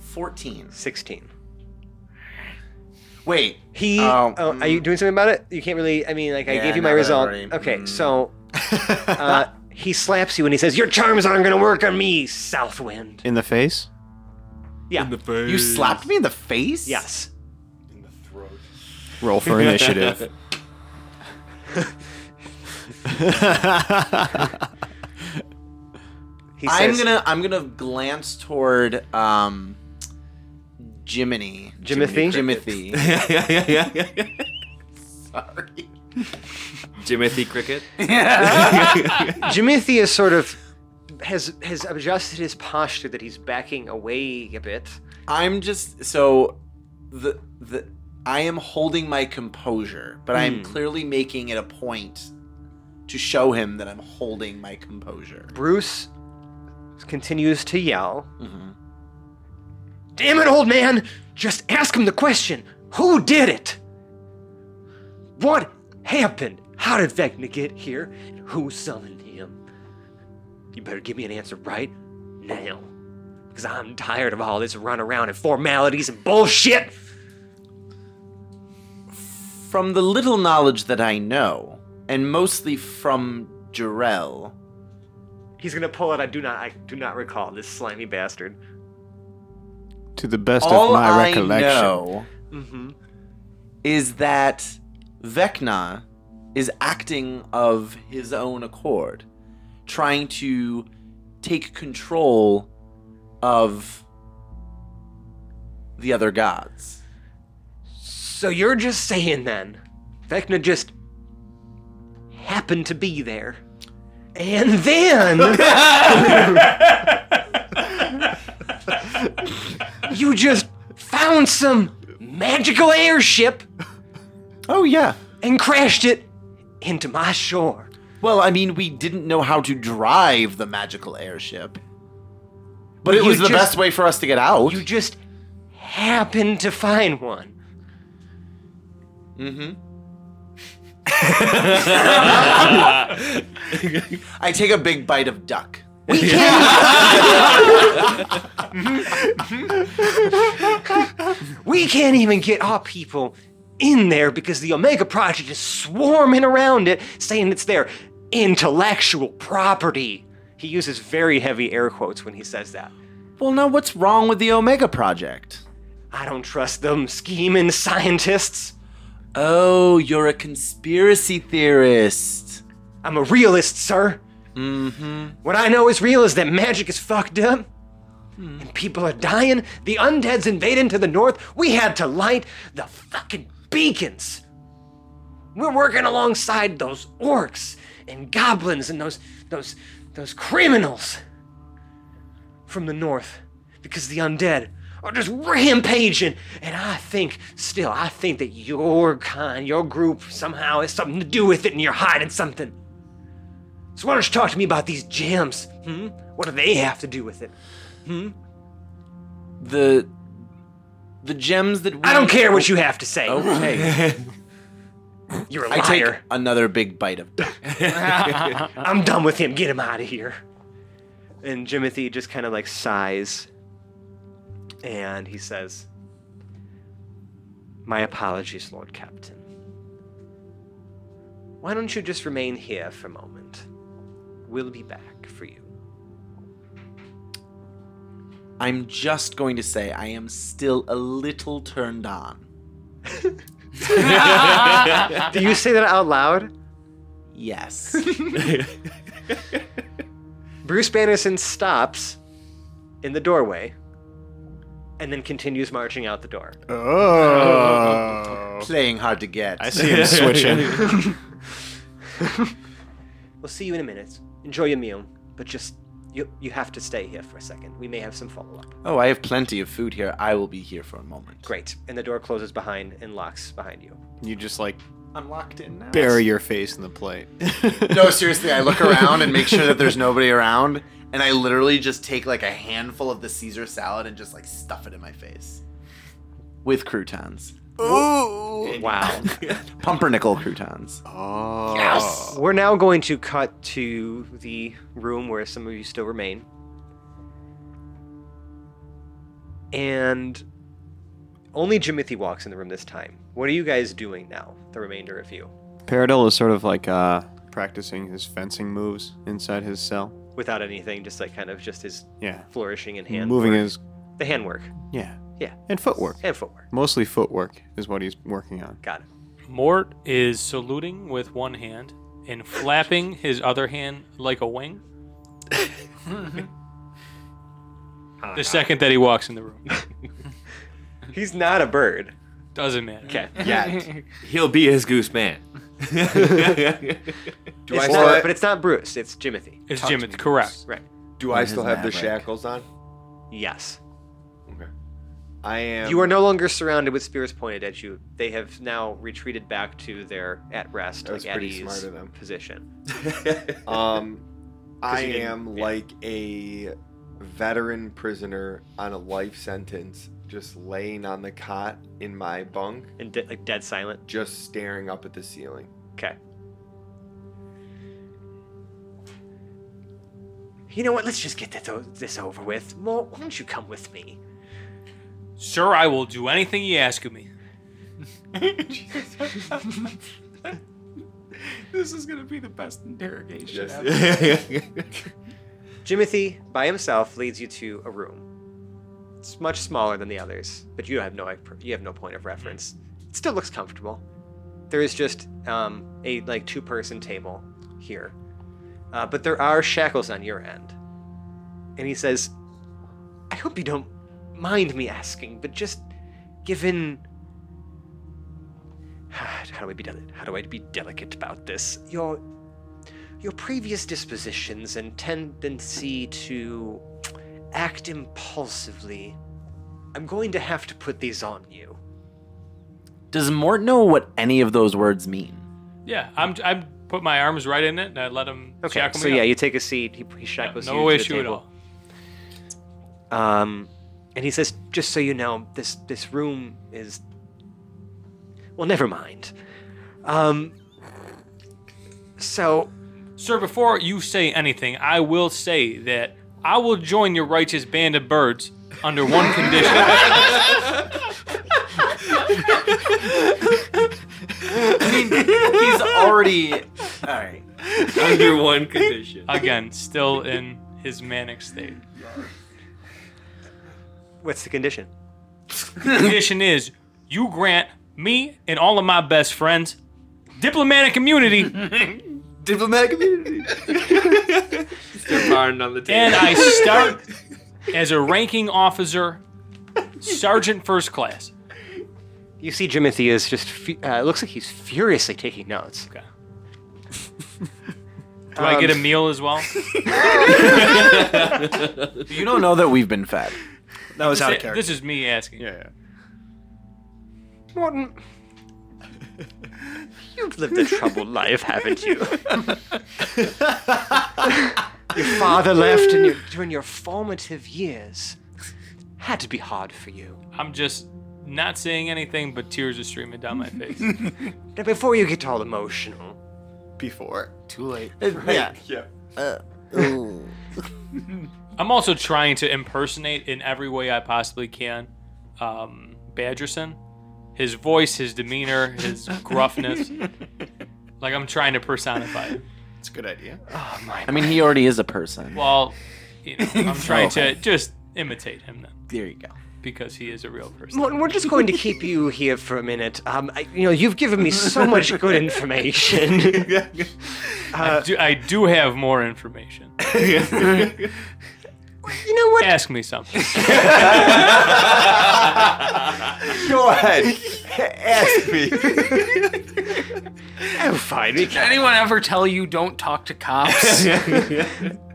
[SPEAKER 6] 14.
[SPEAKER 3] 16.
[SPEAKER 6] Wait.
[SPEAKER 3] He.
[SPEAKER 6] Oh,
[SPEAKER 3] Oh, are you doing something about it? You can't really. I mean, like, I
[SPEAKER 6] Yeah, Mm.
[SPEAKER 3] gave you my
[SPEAKER 6] no, I
[SPEAKER 3] result.
[SPEAKER 6] already-
[SPEAKER 3] Okay, so. Uh, he slaps you and he says, Your charms aren't going to work on me, Southwind.
[SPEAKER 7] in the face.
[SPEAKER 3] Yeah.
[SPEAKER 6] You slapped me in the face?
[SPEAKER 3] yes.
[SPEAKER 7] Roll for initiative.
[SPEAKER 3] He
[SPEAKER 6] I'm
[SPEAKER 3] says,
[SPEAKER 6] gonna I'm gonna glance toward um Jiminy.
[SPEAKER 3] Jimothy?
[SPEAKER 6] Jimothy.
[SPEAKER 9] yeah, yeah, yeah, yeah, yeah, yeah. Sorry. Jimothy Cricket.
[SPEAKER 3] Jimithi is sort of has has adjusted his posture that he's backing away a bit.
[SPEAKER 6] I'm just so the the I am holding my composure, but I am clearly making it a point to show him that I'm holding my composure.
[SPEAKER 3] Bruce continues to yell. Damn it, old man! Just ask him the question. Who did it? What happened? How did Vecna get here? And who summoned him? You better give me an answer right now. Because I'm tired of all this run around and formalities and bullshit.
[SPEAKER 6] From the little knowledge that I know, and mostly from Jarell,
[SPEAKER 3] He's gonna pull it. I do not. I do not recall this slimy bastard.
[SPEAKER 7] to the best of
[SPEAKER 6] all
[SPEAKER 7] my
[SPEAKER 6] I
[SPEAKER 7] recollection.
[SPEAKER 6] know
[SPEAKER 3] Mm-hmm.
[SPEAKER 6] is that Vecna is acting of his own accord, trying to take control of the other gods.
[SPEAKER 3] So you're just saying then, Vecna just happened to be there, and then you just found some magical airship
[SPEAKER 6] Oh, yeah.
[SPEAKER 3] and crashed it into my shore.
[SPEAKER 6] Well, I mean, we didn't know how to drive the magical airship, but it
[SPEAKER 3] you
[SPEAKER 6] was the
[SPEAKER 3] just-
[SPEAKER 6] best way for us to get out.
[SPEAKER 3] You just happened to find one.
[SPEAKER 6] Mm-hmm. I take a big bite of duck.
[SPEAKER 3] We can't even get our people in there because the Omega Project is swarming around it, saying it's their intellectual property. He uses very heavy air quotes when he says that.
[SPEAKER 6] Well, now what's wrong with the Omega Project?
[SPEAKER 3] I don't trust them scheming scientists.
[SPEAKER 6] Oh, you're a conspiracy theorist.
[SPEAKER 3] I'm a realist, sir. Mm-hmm. What I know is real is that magic is fucked up. And people are dying. The undead's invading to the north. We had to light the fucking beacons. We're working alongside those orcs and goblins and those those those criminals from the north because the undead are just rampaging and I think still I think that your kind your group somehow has something to do with it and you're hiding something. So why don't you talk to me about these gems? Hmm? What do they have to do with it?
[SPEAKER 6] The the gems that we
[SPEAKER 3] I don't care what you have to say.
[SPEAKER 6] Okay.
[SPEAKER 3] You're a
[SPEAKER 6] I take
[SPEAKER 3] liar.
[SPEAKER 6] another big bite of duck.
[SPEAKER 3] I'm done with him. Get him out of here. And Jimothy just kind of like sighs and he says, My apologies, Lord Captain. Why don't you just remain here for a moment? We'll be back for you.
[SPEAKER 6] I'm just going to say I am still a little turned on.
[SPEAKER 3] Do you say that out loud?
[SPEAKER 6] Yes.
[SPEAKER 3] Bruce Bannerson stops in the doorway and then continues marching out the door.
[SPEAKER 7] Oh.
[SPEAKER 6] Playing hard to get.
[SPEAKER 7] I see him switching.
[SPEAKER 3] We'll see you in a minute. Enjoy your meal, but just you you have to stay here for a second. We may have some follow up.
[SPEAKER 6] Oh, I have plenty of food here. I will be here for a moment.
[SPEAKER 3] Great. And the door closes behind and locks behind you.
[SPEAKER 7] you just like
[SPEAKER 6] I'm locked in now.
[SPEAKER 7] bury your face in the plate.
[SPEAKER 6] No, seriously, I look around and make sure that there's nobody around, and I literally just take like a handful of the Caesar salad and just like stuff it in my face with croutons.
[SPEAKER 3] Wow.
[SPEAKER 6] Pumpernickel croutons.
[SPEAKER 7] Oh.
[SPEAKER 3] We're now going to cut to the room where some of you still remain. And only Jimothy walks in the room this time. What are you guys doing now, the remainder of you,
[SPEAKER 7] Paradol is sort of like uh, practicing his fencing moves inside his cell.
[SPEAKER 3] without anything, just like kind of just his
[SPEAKER 7] Yeah.
[SPEAKER 3] flourishing and hand
[SPEAKER 7] Moving
[SPEAKER 3] work.
[SPEAKER 7] his.
[SPEAKER 3] the handwork
[SPEAKER 7] Yeah.
[SPEAKER 3] Yeah.
[SPEAKER 7] And footwork.
[SPEAKER 3] and footwork.
[SPEAKER 7] Mostly footwork is what he's working on.
[SPEAKER 3] Got it.
[SPEAKER 2] Mort is saluting with one hand and flapping his other hand like a wing. the second that he walks in the room.
[SPEAKER 3] He's not a bird.
[SPEAKER 2] Doesn't matter.
[SPEAKER 3] Okay.
[SPEAKER 8] Yet.
[SPEAKER 9] He'll be his goose man.
[SPEAKER 8] Do I
[SPEAKER 3] It's
[SPEAKER 8] still,
[SPEAKER 3] not, but it's not Bruce. It's Jimothy.
[SPEAKER 2] It's Jim. It's correct.
[SPEAKER 3] Right.
[SPEAKER 8] do I
[SPEAKER 5] His
[SPEAKER 8] still have the
[SPEAKER 5] maverick.
[SPEAKER 8] shackles on?
[SPEAKER 3] Yes.
[SPEAKER 8] Okay. I am.
[SPEAKER 3] You are no longer surrounded with spears pointed at you. They have now retreated back to their at rest,
[SPEAKER 8] That's
[SPEAKER 3] like at
[SPEAKER 8] pretty
[SPEAKER 3] ease
[SPEAKER 8] smart of them.
[SPEAKER 3] position.
[SPEAKER 8] Um, I
[SPEAKER 3] you didn't-
[SPEAKER 8] am like a veteran prisoner on a life sentence, just laying on the cot in my bunk,
[SPEAKER 3] And de- like dead silent.
[SPEAKER 8] just staring up at the ceiling.
[SPEAKER 3] Okay. You know what? Let's just get this, o- this over with. Mort, why don't you come with me?
[SPEAKER 2] Sir, I will do anything you ask of me.
[SPEAKER 10] This is gonna be the best interrogation.
[SPEAKER 8] Just-
[SPEAKER 10] ever.
[SPEAKER 3] Jimothy, by himself, leads you to a room. It's much smaller than the others, but you have no you have no point of reference. It still looks comfortable. There is just um, a like two person table here, uh, but there are shackles on your end. And he says, "I hope you don't mind me asking, but just given." How do I be delicate? How do I be delicate about this? Your your previous dispositions and tendency to act impulsively. I'm going to have to put these on you.
[SPEAKER 6] Does Mort know what any of those words mean?
[SPEAKER 2] Yeah, I'm. I put my arms right in it and I let him.
[SPEAKER 3] Okay,
[SPEAKER 2] shackle
[SPEAKER 3] so
[SPEAKER 2] me
[SPEAKER 3] yeah,
[SPEAKER 2] up.
[SPEAKER 3] you take a seat. He, he shackles you.
[SPEAKER 2] no
[SPEAKER 3] to the
[SPEAKER 2] issue at
[SPEAKER 3] table.
[SPEAKER 2] all.
[SPEAKER 3] Um, and he says, "Just so you know, this this room is well, never mind." Um, so
[SPEAKER 2] Sir, before you say anything, I will say that I will join your righteous band of birds under one condition.
[SPEAKER 6] I mean, he's already. All right.
[SPEAKER 9] Under one condition.
[SPEAKER 2] Again, still in his manic state.
[SPEAKER 3] what's the condition?
[SPEAKER 2] Condition is you grant me and all of my best friends diplomatic immunity,
[SPEAKER 8] Diplomatic immunity.
[SPEAKER 9] Barn on the table.
[SPEAKER 2] and I start as a ranking officer, sergeant first class.
[SPEAKER 3] You see, Jimothy is just fu- uh, looks like he's furiously taking notes.
[SPEAKER 2] Okay. Do I get a meal as well?
[SPEAKER 6] You don't know that we've been fed.
[SPEAKER 10] That was out of character.
[SPEAKER 2] This is me asking.
[SPEAKER 7] Yeah.
[SPEAKER 3] Morton, you've lived a troubled life, haven't you? your father left and you, during your formative years. Had to be hard for you.
[SPEAKER 2] I'm just not saying anything, but tears are streaming down my face.
[SPEAKER 3] Now, before you get all emotional, Uh,
[SPEAKER 7] Before.
[SPEAKER 5] Too late.
[SPEAKER 8] Yeah. yeah.
[SPEAKER 5] Ooh.
[SPEAKER 2] I'm also trying to impersonate in every way I possibly can um, Badgerson. His voice, his demeanor, his gruffness. Like I'm trying to personify it.
[SPEAKER 7] It's a good idea.
[SPEAKER 6] I mean, he already is a person.
[SPEAKER 2] Well, you know, I'm trying to just imitate him then
[SPEAKER 6] there you go.
[SPEAKER 2] because he is a real person.
[SPEAKER 3] Morton, we're just going to keep you here for a minute. Um, I, you know, you've given me so much good information.
[SPEAKER 2] I, do, I do have more information. You know what? Ask me something.
[SPEAKER 8] Go ahead. Ask me.
[SPEAKER 3] I'm fine.
[SPEAKER 1] Did anyone ever tell you don't talk to cops?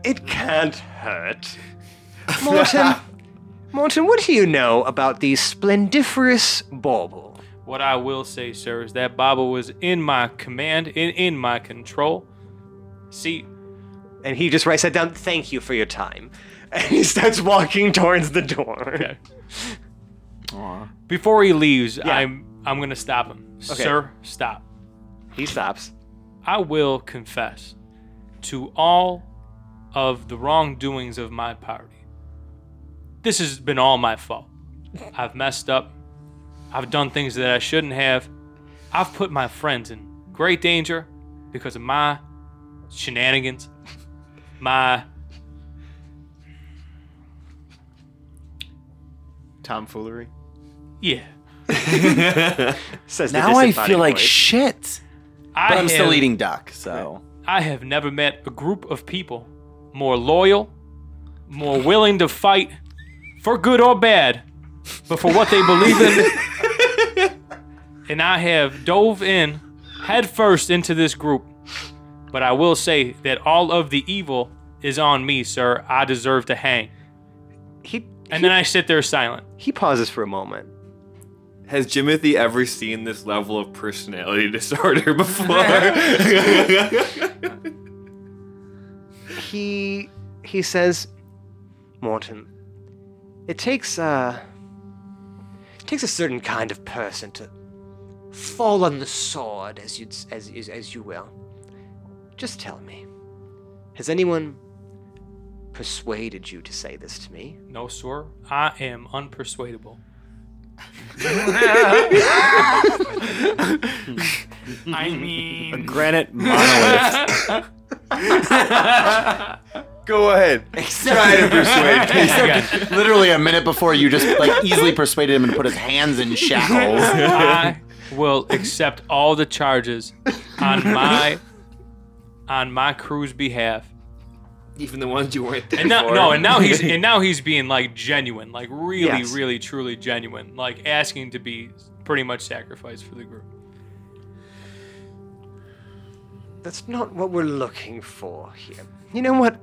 [SPEAKER 3] it can't hurt. Morton, Morton, what do you know about the splendiferous bauble?
[SPEAKER 2] What I will say, sir, is that Baba was in my command, in, in my control. See,
[SPEAKER 3] And he just writes that down. Thank you for your time. And he starts walking towards the door.
[SPEAKER 2] before he leaves, I'm I'm gonna stop him.
[SPEAKER 3] Okay.
[SPEAKER 2] Sir, stop.
[SPEAKER 3] He stops.
[SPEAKER 2] I will confess to all of the wrongdoings of my party. This has been all my fault. I've messed up. I've done things that I shouldn't have. I've put my friends in great danger because of my shenanigans, my
[SPEAKER 7] Tomfoolery.
[SPEAKER 2] yeah.
[SPEAKER 3] Says the
[SPEAKER 6] Now I
[SPEAKER 3] disembodied
[SPEAKER 6] feel like
[SPEAKER 3] voice.
[SPEAKER 6] shit.
[SPEAKER 2] I
[SPEAKER 6] But I'm still
[SPEAKER 2] have-
[SPEAKER 6] eating duck, so.
[SPEAKER 2] I have never met a group of people more loyal, more willing to fight for good or bad, but for what they believe in. and I have dove in headfirst into this group. But I will say that all of the evil is on me, sir. I deserve to hang.
[SPEAKER 3] He
[SPEAKER 2] And then I sit there silent.
[SPEAKER 3] he pauses for a moment.
[SPEAKER 9] Has Jimothy ever seen this level of personality disorder before?
[SPEAKER 3] He he says, Morton, it takes a it takes a certain kind of person to fall on the sword, as you would as as, as you will. Just tell me, has anyone persuaded you to say this to me?
[SPEAKER 2] No, sir. I am unpersuadable. I mean,
[SPEAKER 7] Granite monolith.
[SPEAKER 8] Go ahead. Try to persuade me.
[SPEAKER 6] Literally a minute before you just like easily persuaded him to put his hands in shackles.
[SPEAKER 2] I will accept all the charges on my on my crew's behalf.
[SPEAKER 9] Even the ones you weren't there
[SPEAKER 2] And now,
[SPEAKER 9] for.
[SPEAKER 2] no, and now he's and now he's being like genuine, like really,
[SPEAKER 3] Yes.
[SPEAKER 2] really, truly genuine, like asking to be pretty much sacrificed for the group.
[SPEAKER 3] That's not what we're looking for here. You know what?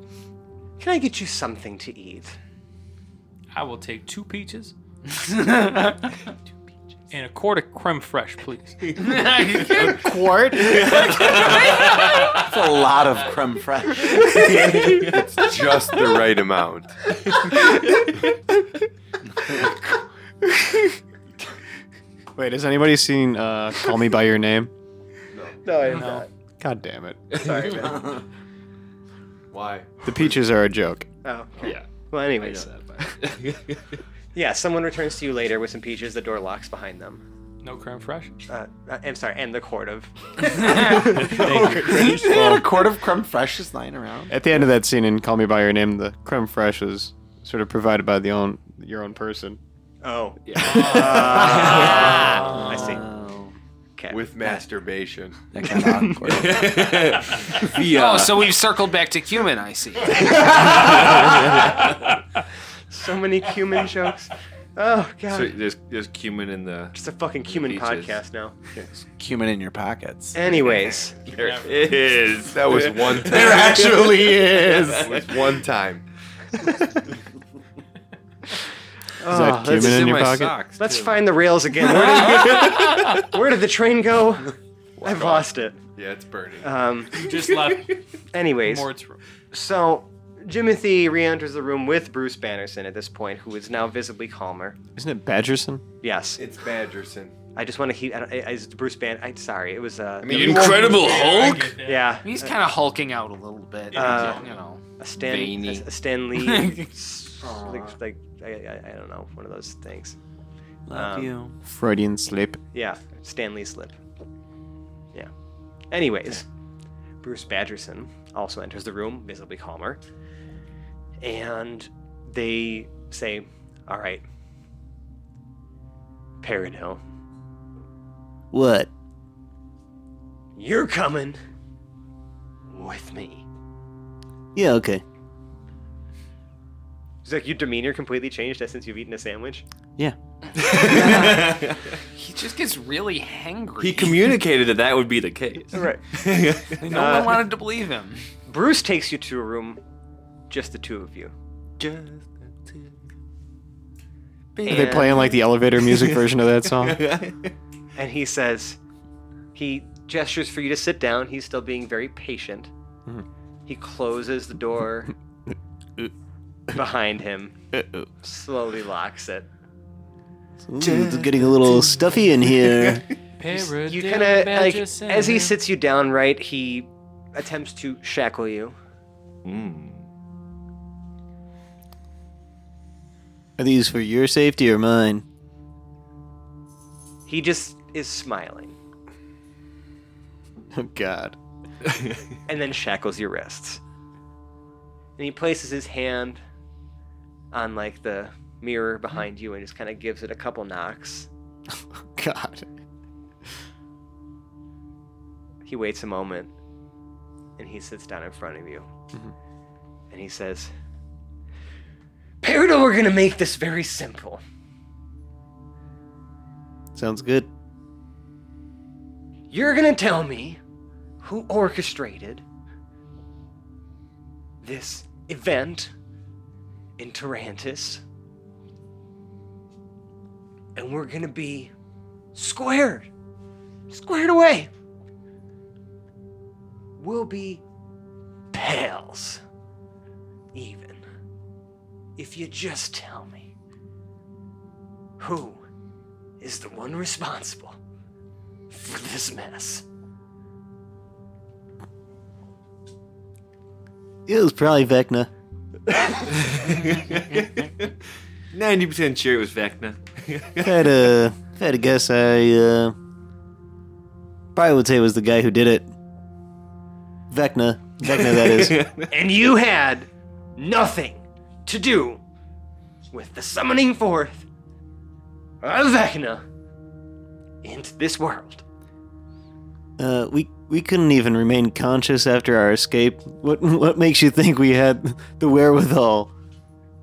[SPEAKER 3] Can I get you something to eat?
[SPEAKER 2] I will take two peaches. And a quart of creme fraiche, please.
[SPEAKER 7] Quart.
[SPEAKER 6] That's a lot of creme fraiche.
[SPEAKER 8] Just the right amount.
[SPEAKER 7] Wait, has anybody seen uh, Call Me by Your Name?
[SPEAKER 8] No, I'm
[SPEAKER 2] No.
[SPEAKER 7] God damn it.
[SPEAKER 8] Sorry, man.
[SPEAKER 9] Why?
[SPEAKER 7] The peaches are a joke.
[SPEAKER 3] Oh, okay.
[SPEAKER 9] Yeah.
[SPEAKER 3] Well,
[SPEAKER 9] I know
[SPEAKER 3] anyways,
[SPEAKER 9] that, but-
[SPEAKER 3] yeah. Someone returns to you later with some peaches. The door locks behind them.
[SPEAKER 2] No creme fraiche.
[SPEAKER 3] Uh, uh, I'm sorry, and the cord of.
[SPEAKER 6] they had a quart of creme fraiche just lying around.
[SPEAKER 7] At the end of that scene in Call Me by Your Name, the creme fraiche is sort of provided by the own your own person.
[SPEAKER 3] Oh, Ah. I see. Okay.
[SPEAKER 8] With masturbation.
[SPEAKER 6] That kind of awkward.
[SPEAKER 9] Via.
[SPEAKER 1] Oh, so we've circled back to cumin. I see.
[SPEAKER 3] so many cumin jokes. Oh god,
[SPEAKER 9] So there's there's cumin in the.
[SPEAKER 3] it's a fucking cumin
[SPEAKER 9] Peaches.
[SPEAKER 3] podcast now.
[SPEAKER 6] Cumin in your pockets.
[SPEAKER 3] Anyways,
[SPEAKER 9] There it is.
[SPEAKER 8] That was one time.
[SPEAKER 6] There actually is.
[SPEAKER 8] That was one time.
[SPEAKER 7] Is that
[SPEAKER 3] Oh, let's,
[SPEAKER 7] cumin in your
[SPEAKER 9] my
[SPEAKER 7] pocket?
[SPEAKER 9] socks.
[SPEAKER 3] let's find the rails again. Where did, where did the train go? I've lost it.
[SPEAKER 8] Yeah, it's burning.
[SPEAKER 3] Um.
[SPEAKER 2] You just left
[SPEAKER 3] Anyways,
[SPEAKER 2] Mort's room.
[SPEAKER 3] so Jimothy re-enters the room with Bruce Bannerson at this point, who is now visibly calmer.
[SPEAKER 7] Isn't it Badgerson?
[SPEAKER 3] Yes,
[SPEAKER 8] It's Badgerson.
[SPEAKER 3] I just want to heat. I, don't- I, I- it's Bruce Banner. I'm sorry, it was uh,
[SPEAKER 8] I mean,
[SPEAKER 9] The
[SPEAKER 8] you won't-
[SPEAKER 9] Incredible Hulk.
[SPEAKER 3] yeah,
[SPEAKER 1] He's kind of hulking out a little bit.
[SPEAKER 3] Uh,
[SPEAKER 1] you know.
[SPEAKER 3] a Stan, a,
[SPEAKER 9] Veiny.
[SPEAKER 3] a Stan Lee, s- like, like I, I, I don't know, one of those things.
[SPEAKER 6] Love
[SPEAKER 3] Um,
[SPEAKER 6] you.
[SPEAKER 7] Freudian slip.
[SPEAKER 3] Yeah, Stan Lee slip. Yeah. Anyways, Bruce Badgerson also enters the room, visibly calmer, and they say, "All right, Paradill,
[SPEAKER 5] What?
[SPEAKER 3] you're coming with me."
[SPEAKER 5] Yeah, okay.
[SPEAKER 3] He's like, your demeanor completely changed since you've eaten a sandwich.
[SPEAKER 7] Yeah.
[SPEAKER 1] he just gets really hangry.
[SPEAKER 9] He communicated that that would be the case.
[SPEAKER 3] Right.
[SPEAKER 1] no
[SPEAKER 3] Uh,
[SPEAKER 1] one wanted to believe him.
[SPEAKER 3] Bruce takes you to a room, just the two of you.
[SPEAKER 9] Just
[SPEAKER 7] Are they playing like the elevator music version of that song?
[SPEAKER 3] and he says, he gestures for you to sit down. He's still being very patient.
[SPEAKER 7] Mhm.
[SPEAKER 3] He closes the door behind him, slowly locks it.
[SPEAKER 5] It's getting a little stuffy in here.
[SPEAKER 3] You kind of like as he sits you down, right? He attempts to shackle you.
[SPEAKER 9] Hmm.
[SPEAKER 7] Are these for your safety or mine?
[SPEAKER 3] He just is smiling
[SPEAKER 7] Oh God.
[SPEAKER 3] and then shackles your wrists. And he places his hand on like the mirror behind you and just kind of gives it a couple knocks.
[SPEAKER 7] God.
[SPEAKER 3] He waits a moment and he sits down in front of you. And he says, Peridot, we're going to make this very simple.
[SPEAKER 7] Sounds good.
[SPEAKER 3] You're going to tell me who orchestrated this event in Tarantis. And we're going to be squared, squared away. We'll be pals, even. If you just tell me who is the one responsible for this mess.
[SPEAKER 5] It was probably Vecna.
[SPEAKER 9] Ninety percent sure it was Vecna.
[SPEAKER 5] If I had a, if I had a guess, I uh, probably would say it was the guy who did it. Vecna. Vecna, that is.
[SPEAKER 3] and you had nothing to do with the summoning forth of Vecna into this world.
[SPEAKER 5] Uh, we we couldn't even remain conscious after our escape. What what makes you think we had the wherewithal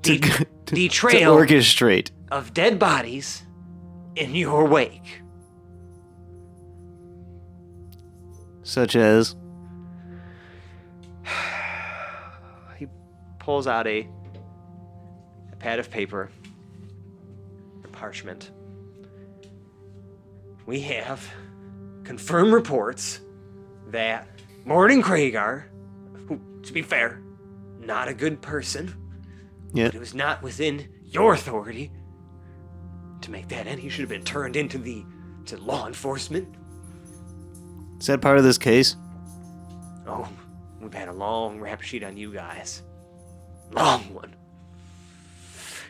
[SPEAKER 3] The, the
[SPEAKER 5] to
[SPEAKER 3] trail
[SPEAKER 5] orchestrate?
[SPEAKER 3] of dead bodies in your wake.
[SPEAKER 5] Such as
[SPEAKER 3] Pulls out a, a pad of paper, a parchment. We have confirmed reports that Morden Kragar, who, to be fair, not a good person,
[SPEAKER 5] yeah,
[SPEAKER 3] But it was not within your authority to make that end. He should have been turned into the to law enforcement.
[SPEAKER 5] is that part of this case?
[SPEAKER 3] Oh, we've had a long rap sheet on you guys, long one.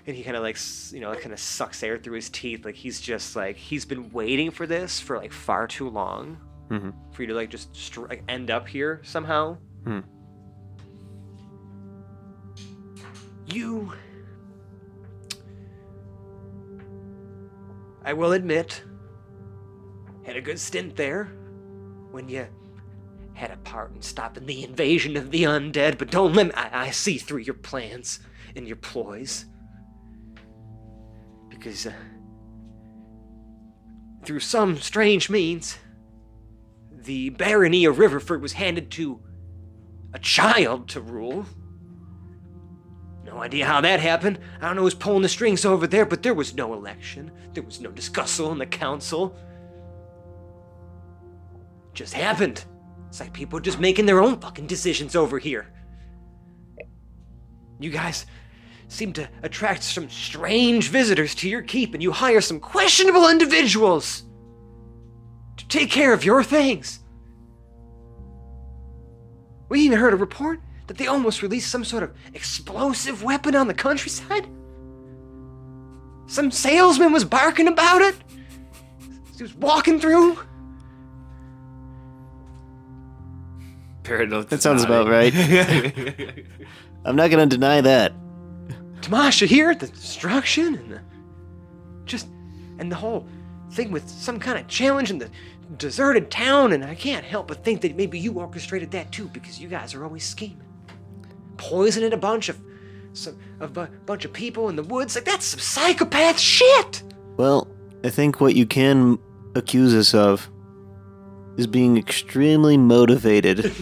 [SPEAKER 3] And he kind of like s- you know kind of sucks air through his teeth, like he's just like he's been waiting for this for like far too long
[SPEAKER 7] Mm-hmm.
[SPEAKER 3] for you to like just str- like, end up here somehow.
[SPEAKER 7] Hmm.
[SPEAKER 3] You. I will admit, had a good stint there when you had a part in stopping the invasion of the undead, but don't let me. I, I see through your plans and your ploys. Because uh, through some strange means, the barony of Riverford was handed to a child to rule. No idea how that happened. I don't know who's pulling the strings over there, but there was no election. There was no discussal in the council. Just happened. It's like people are just making their own fucking decisions over here. You guys seem to attract some strange visitors to your keep, and you hire some questionable individuals to take care of your things. We even heard a report that they almost released some sort of explosive weapon on the countryside. Some salesman was barking about it. He was walking through.
[SPEAKER 9] Paradox.
[SPEAKER 5] That sounds about right. I'm not gonna deny that.
[SPEAKER 3] Tamasha here, the destruction and the just and the whole thing with some kind of challenge in the deserted town, and I can't help but think that maybe you orchestrated that too, because you guys are always scheming. Poisoning a bunch of some a bu- bunch of people in the woods. Like that's some psychopath shit.
[SPEAKER 5] Well, I think what you can accuse us of is being extremely motivated.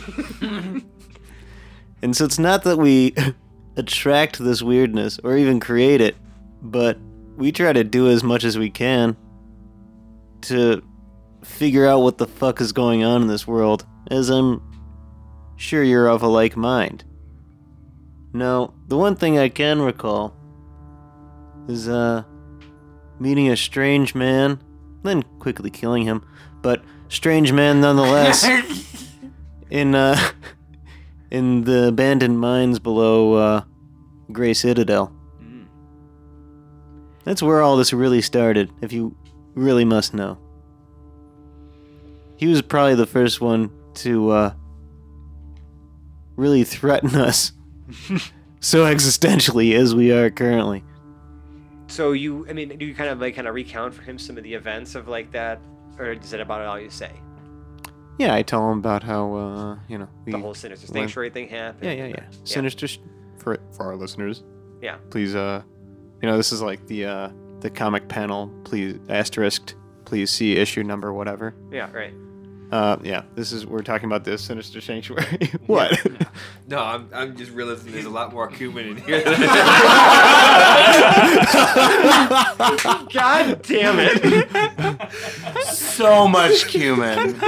[SPEAKER 5] and so it's not that we attract this weirdness or even create it, but we try to do as much as we can to figure out what the fuck is going on in this world, as I'm sure you're of a like mind. Now, the one thing I can recall is uh meeting a strange man, then quickly killing him, but strange man nonetheless in uh in the abandoned mines below uh Gray Citadel. That's where all this really started, if you really must know. He was probably the first one to uh, really threaten us so existentially as we are currently.
[SPEAKER 3] So you, I mean, do you kind of like kind of recount for him some of the events of like that, or is that about all you say?
[SPEAKER 7] Yeah, I tell him about how uh, you know we,
[SPEAKER 3] The whole sinister sanctuary thing happened.
[SPEAKER 7] Yeah, yeah, yeah. Sinister sh- for for our listeners.
[SPEAKER 3] Yeah.
[SPEAKER 7] Please, uh, you know this is like the uh the comic panel. Please asterisked. Please see issue number whatever.
[SPEAKER 3] Yeah, right.
[SPEAKER 7] Uh, yeah, this is we're talking about this sinister sanctuary. what?
[SPEAKER 9] No, I'm, I'm just realizing there's a lot more cumin in here.
[SPEAKER 3] God damn it!
[SPEAKER 6] So much cumin.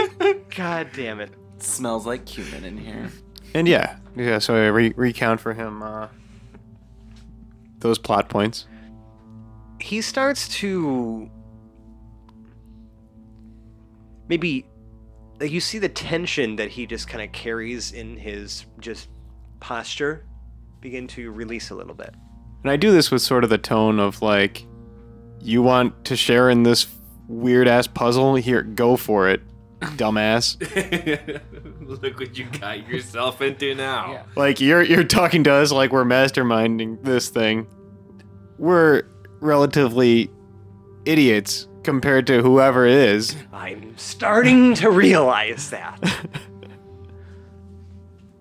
[SPEAKER 3] God damn it!
[SPEAKER 6] smells like cumin in here.
[SPEAKER 7] And yeah, yeah. So I re- recount for him uh, those plot points.
[SPEAKER 3] he starts to maybe like you see the tension that he just kind of carries in his just posture begin to release a little bit
[SPEAKER 7] And I do this with sort of the tone of like, you want to share in this weird ass puzzle? Here, go for it, dumbass.
[SPEAKER 9] Look what you got yourself into now.
[SPEAKER 7] like you're you're talking to us like we're masterminding this thing. We're relatively idiots compared to whoever is.
[SPEAKER 3] i'm starting to realize that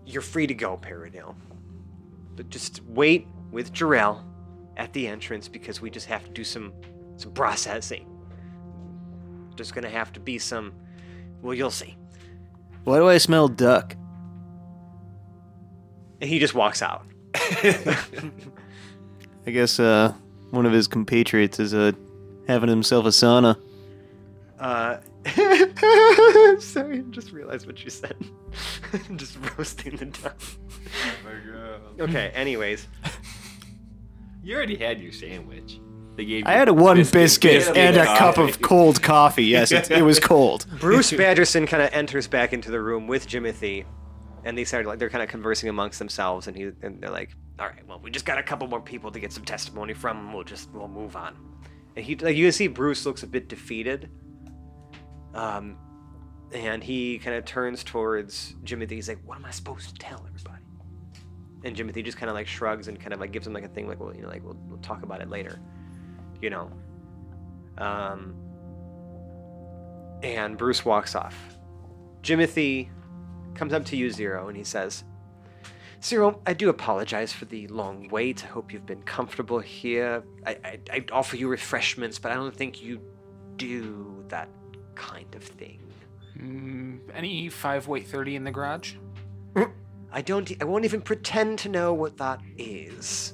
[SPEAKER 3] you're free to go Paranil. but just wait with Jarrell at the entrance because we just have to do some some processing there's gonna have to be some well you'll see
[SPEAKER 5] Why do I smell duck?
[SPEAKER 3] and he just walks out
[SPEAKER 5] I guess uh, one of his compatriots is uh, having himself a sauna.
[SPEAKER 3] Uh, sorry, I just realized what you said. I'm just roasting the duck. Okay, anyways.
[SPEAKER 9] You already had your sandwich. They gave
[SPEAKER 7] I
[SPEAKER 9] you
[SPEAKER 7] had a one biscuit,
[SPEAKER 9] biscuit
[SPEAKER 7] and a
[SPEAKER 9] coffee.
[SPEAKER 7] cup of cold coffee. Yes, it, it was cold.
[SPEAKER 3] Bruce Badgerson kind of enters back into the room with Jimothy, and they start like they're kind of conversing amongst themselves, and he and they're like, "All right, well, we just got a couple more people to get some testimony from, and we'll just we'll move on." And he like you can see Bruce looks a bit defeated, um, and he kind of turns towards Jimothy. He's like, "What am I supposed to tell everybody?" And Jimothy just kind of like shrugs and kind of like gives him like a thing like, "Well, you know, like we'll, we'll talk about it later," you know. Um, and Bruce walks off. Jimothy comes up to you, Zero, and he says, Zero, I do apologize for the long wait. I hope you've been comfortable here. I, I, I offer you refreshments, but I don't think you do that kind of thing.
[SPEAKER 1] Mm, any five weight thirty in the garage?
[SPEAKER 3] I don't. e, I won't even pretend to know what that is.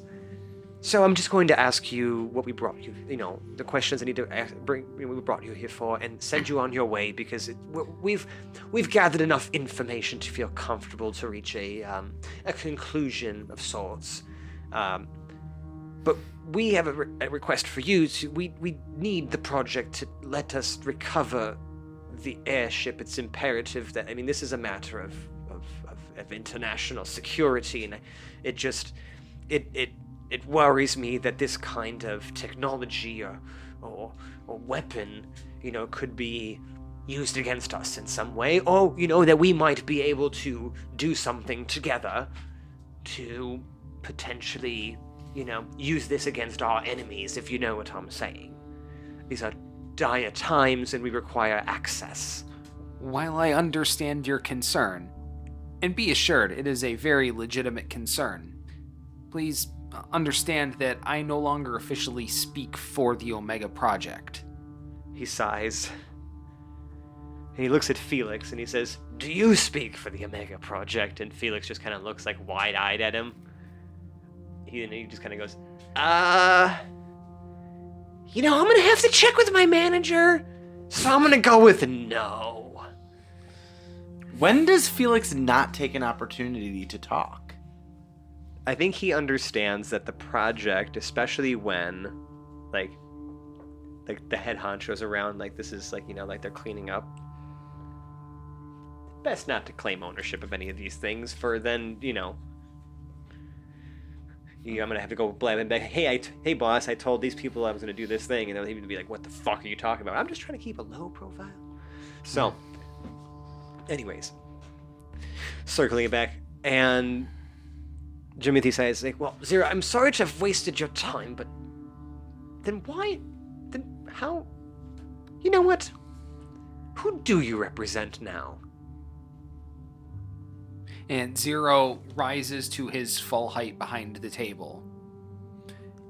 [SPEAKER 3] So I'm just going to ask you what we brought you. You know, the questions I need to ask, bring. We brought you here for, and send you on your way because it, we- we've we've gathered enough information to feel comfortable to reach a um, a conclusion of sorts. Um, but we have a, re- a request for you. To, we we need the project to let us recover the airship. It's imperative that I mean this is a matter of of, of, of international security, and it just it it it worries me that this kind of technology or or, or weapon, you know, could be used against us in some way, or you know that we might be able to do something together to potentially, you know, use this against our enemies, if you know what I'm saying. These are dire times and we require access.
[SPEAKER 1] While I understand your concern, and be assured it is a very legitimate concern, please uh, understand that I no longer officially speak for the Omega Project.
[SPEAKER 3] He sighs. And he looks at Felix and he says, Do you speak for the Omega Project? And Felix just kind of looks like wide eyed at him. He, and he just kind of goes, Uh. You know, I'm going to have to check with my manager. So I'm going to go with no.
[SPEAKER 6] When does Felix not take an opportunity to talk?
[SPEAKER 3] I think he understands that the project, especially when, like, like the head honcho's around, like this is like you know like they're cleaning up. Best not to claim ownership of any of these things, for then you know. You, I'm gonna have to go blabbing back. Hey, I t- hey boss, I told these people I was gonna do this thing, and they'll even be like, "What the fuck are you talking about?" I'm just trying to keep a low profile. So, anyways, circling it back, and Jimothy says, like, well, Zero, I'm sorry to have wasted your time, but then why? Then how? You know what? Who do you represent now?
[SPEAKER 1] And Zero rises to his full height behind the table,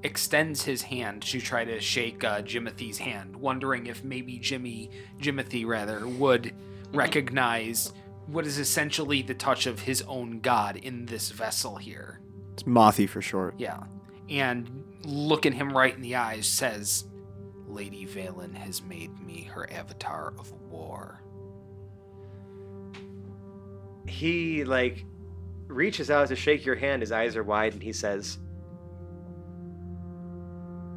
[SPEAKER 1] extends his hand to try to shake uh, Jimothy's hand, wondering if maybe Jimmy, Jimothy rather, would
[SPEAKER 3] Mm-hmm.
[SPEAKER 1] recognize what is essentially the touch of his own god in this vessel here.
[SPEAKER 7] It's Mothy for short.
[SPEAKER 1] Yeah. And looking him right in the eyes says, Lady Valen has made me her avatar of war.
[SPEAKER 3] He like reaches out to shake your hand. His eyes are wide, and he says,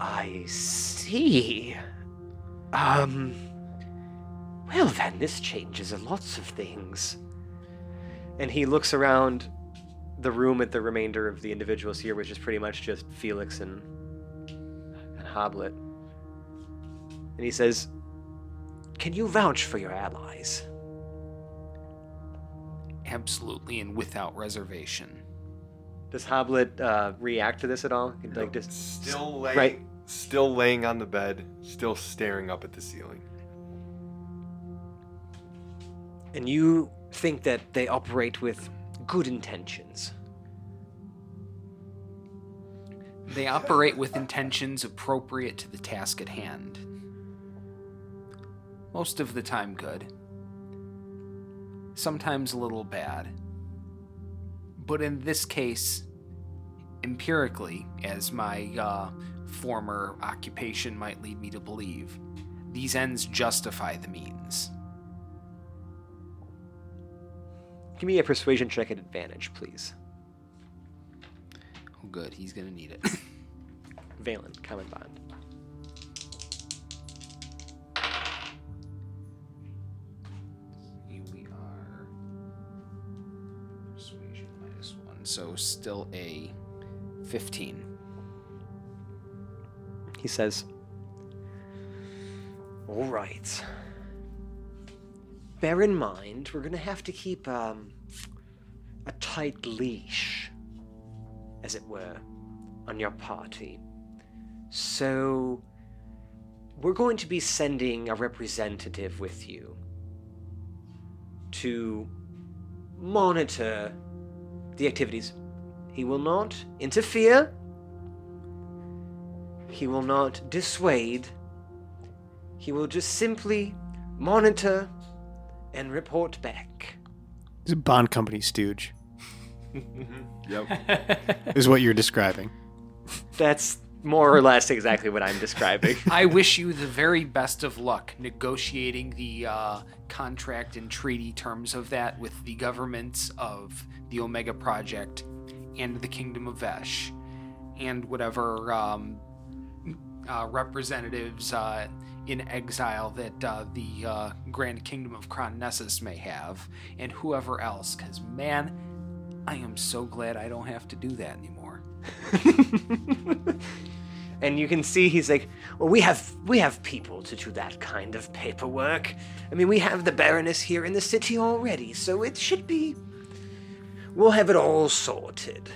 [SPEAKER 3] "I see. Um, well then, this changes a lots of things." And he looks around the room at the remainder of the individuals here, which is pretty much just Felix and and Hoblet. And he says, "Can you vouch for your allies?"
[SPEAKER 1] Absolutely and without reservation.
[SPEAKER 3] Does Hoblet uh, react to this at all? Like just
[SPEAKER 8] Still laying,
[SPEAKER 3] Right.
[SPEAKER 8] still laying on the bed, still staring up at the ceiling.
[SPEAKER 3] and you think that they operate with good intentions.
[SPEAKER 1] They operate with intentions appropriate to the task at hand. Most of the time, good. Sometimes a little bad. But in this case, empirically, as my uh, former occupation might lead me to believe, these ends justify the means.
[SPEAKER 3] Give me a persuasion check at advantage, please.
[SPEAKER 1] Oh, good, he's gonna need it.
[SPEAKER 3] Valen, common bond.
[SPEAKER 1] Here we are. Persuasion minus one, so still a 15.
[SPEAKER 3] He says, All right. Bear in mind, we're going to have to keep um, a tight leash, as it were, on your party. So, we're going to be sending a representative with you to monitor the activities. He will not interfere, he will not dissuade. He will just simply monitor and report back.
[SPEAKER 7] He's a Bond company stooge. yep. Is what you're describing.
[SPEAKER 3] That's more or less exactly what I'm describing.
[SPEAKER 1] I wish you the very best of luck negotiating the uh, contract and treaty terms of that with the governments of the Omega Project and the Kingdom of Vesh and whatever um, uh, representatives uh, in exile that uh, the uh, Grand Kingdom of Kron Nessus may have and whoever else. Because, man, I am so glad I don't have to do that anymore.
[SPEAKER 3] and you can see he's like, "Well, we have we have people to do that kind of paperwork. I mean, we have the Baroness here in the city already, so it should be. We'll have it all sorted."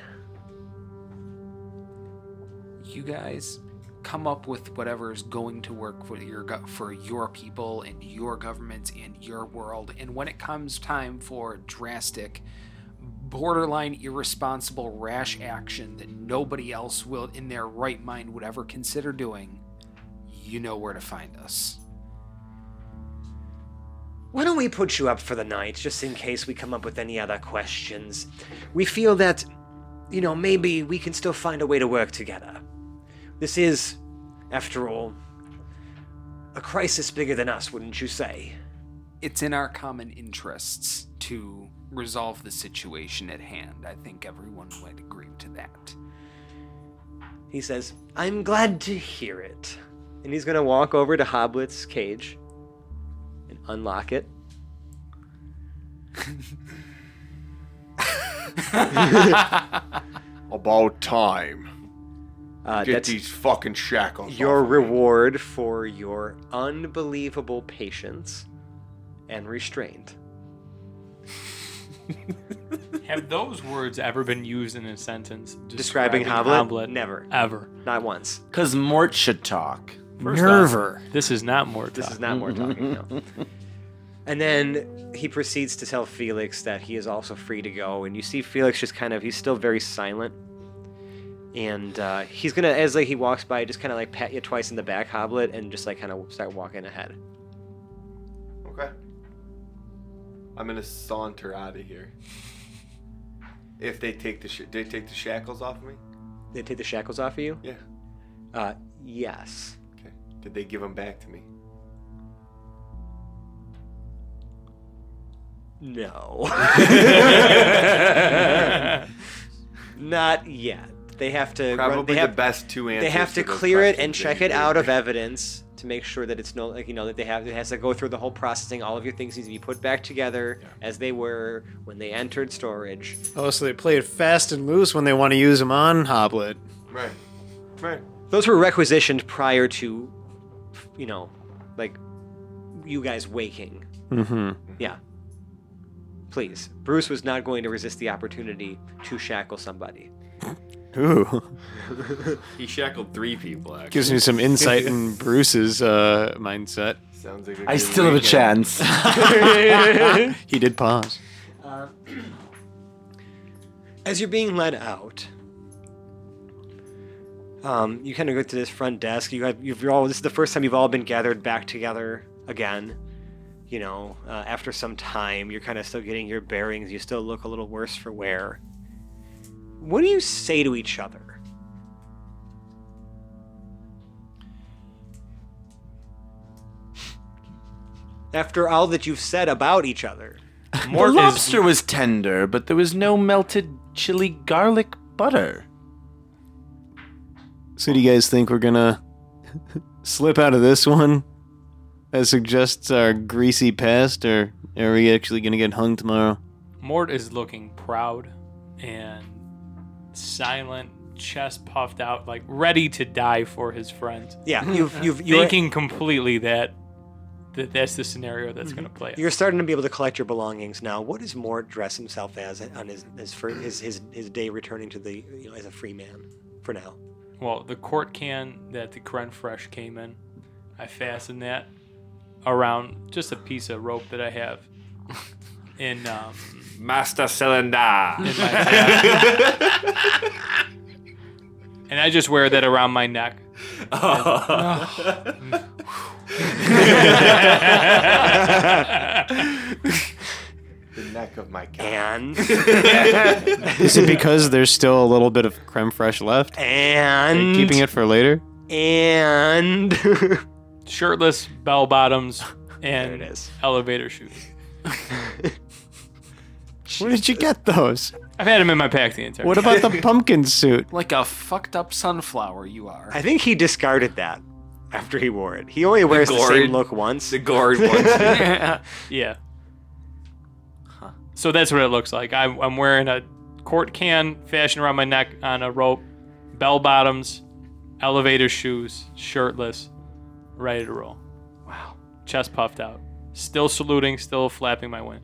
[SPEAKER 1] you guys come up with whatever is going to work for your go- for your people and your governments and your world and when it comes time for drastic borderline irresponsible rash action that nobody else will in their right mind would ever consider doing, you know where to find us.
[SPEAKER 3] Why don't we put you up for the night, just in case we come up with any other questions? We feel that, you know, maybe we can still find a way to work together. This is, after all, a crisis bigger than us, wouldn't you say?
[SPEAKER 1] It's in our common interests to resolve the situation at hand. I think everyone would agree to that.
[SPEAKER 3] He says, I'm glad to hear it. And he's going to walk over to Hoblet's cage and unlock it.
[SPEAKER 8] About time.
[SPEAKER 3] Uh,
[SPEAKER 8] Get
[SPEAKER 3] that's
[SPEAKER 8] these fucking shackles.
[SPEAKER 3] your
[SPEAKER 8] off of me.
[SPEAKER 3] reward for your unbelievable patience and restraint.
[SPEAKER 2] Have those words ever been used in a sentence
[SPEAKER 3] Describing, Hoblet? Never.
[SPEAKER 2] Ever.
[SPEAKER 3] Not once.
[SPEAKER 6] Because Mort should talk.
[SPEAKER 2] First off, this is not more
[SPEAKER 3] This
[SPEAKER 2] talk.
[SPEAKER 3] is not more talking. No. And then he proceeds to tell Felix that he is also free to go. And you see Felix just kind of, he's still very silent. And uh, he's going to, as like he walks by, just kind of like pat you twice in the back, Hoblet, and just like kind of start walking ahead.
[SPEAKER 8] Okay. I'm gonna saunter out of here. If they take the sh- they take the shackles off me.
[SPEAKER 3] They take the shackles off of you?
[SPEAKER 8] Yeah.
[SPEAKER 3] Uh, yes.
[SPEAKER 8] Okay. Did they give them back to me?
[SPEAKER 3] No. Not yet. They have to. run-
[SPEAKER 8] Probably
[SPEAKER 3] they have,
[SPEAKER 8] the best two answers.
[SPEAKER 3] They have to
[SPEAKER 8] those
[SPEAKER 3] clear it
[SPEAKER 8] questions
[SPEAKER 3] and
[SPEAKER 8] that
[SPEAKER 3] check
[SPEAKER 8] you
[SPEAKER 3] it
[SPEAKER 8] gave
[SPEAKER 3] out
[SPEAKER 8] me.
[SPEAKER 3] of evidence to make sure that it's no, like you know, that they have it has to go through the whole processing. All of your things need to be put back together as they were when they entered storage.
[SPEAKER 5] Oh, so they play it fast and loose when they want to use them on Hoblet.
[SPEAKER 8] Right. Right.
[SPEAKER 3] Those were requisitioned prior to, you know, like you guys waking.
[SPEAKER 5] Mm-hmm.
[SPEAKER 3] Yeah. Please, Bruce was not going to resist the opportunity to shackle somebody.
[SPEAKER 5] Ooh,
[SPEAKER 9] He shackled three people, actually.
[SPEAKER 5] gives me some insight in Bruce's uh, mindset.
[SPEAKER 8] Sounds like.
[SPEAKER 6] I still have a chance.
[SPEAKER 5] He did pause.
[SPEAKER 3] as you're being led out, um, you kind of go to this front desk. You have, you've you're all. This is the first time you've all been gathered back together again. You know, uh, after some time, you're kind of still getting your bearings. You still look a little worse for wear. What do you say to each other? After all that you've said about each other,
[SPEAKER 2] Mort is-
[SPEAKER 6] the lobster was tender, but there was no melted chili garlic butter.
[SPEAKER 5] So, do you guys think we're gonna slip out of this one? That suggests our greasy past, or are we actually gonna get hung tomorrow?
[SPEAKER 2] Mort is looking proud and silent, chest puffed out, like ready to die for his friends.
[SPEAKER 3] yeah, you've you've you're,
[SPEAKER 2] Thinking completely that, that that's the scenario that's going to play out.
[SPEAKER 3] You're starting to be able to collect your belongings now. What does Mort dress himself as on his his fir- his, his, his day returning to the you know as a free man for now?
[SPEAKER 2] Well, the quart can that the Kren Fresh came in, I fastened that around just a piece of rope that I have in, um,
[SPEAKER 9] Master Cylinder.
[SPEAKER 2] in my tab. and I just wear that around my neck.
[SPEAKER 8] The neck of my cat.
[SPEAKER 3] And
[SPEAKER 5] Is it because there's still a little bit of creme fraiche left?
[SPEAKER 3] and
[SPEAKER 5] Keeping it for later?
[SPEAKER 3] and
[SPEAKER 2] Shirtless, bell bottoms, and
[SPEAKER 3] There it is.
[SPEAKER 2] elevator shoes.
[SPEAKER 5] Where did you get those?
[SPEAKER 2] I've had them in my pack the entire
[SPEAKER 5] What
[SPEAKER 2] time.
[SPEAKER 5] about the pumpkin suit?
[SPEAKER 1] Like a fucked up sunflower, you are.
[SPEAKER 3] I think he discarded that after he wore it. He only wears the,
[SPEAKER 9] gourd.
[SPEAKER 3] same look once.
[SPEAKER 9] The gourd one.
[SPEAKER 2] Yeah. So that's what it looks like. I, I'm wearing a quart can fashioned around my neck on a rope, bell bottoms, elevator shoes, shirtless, ready to roll. Wow. Chest puffed out. Still saluting, still flapping my wing.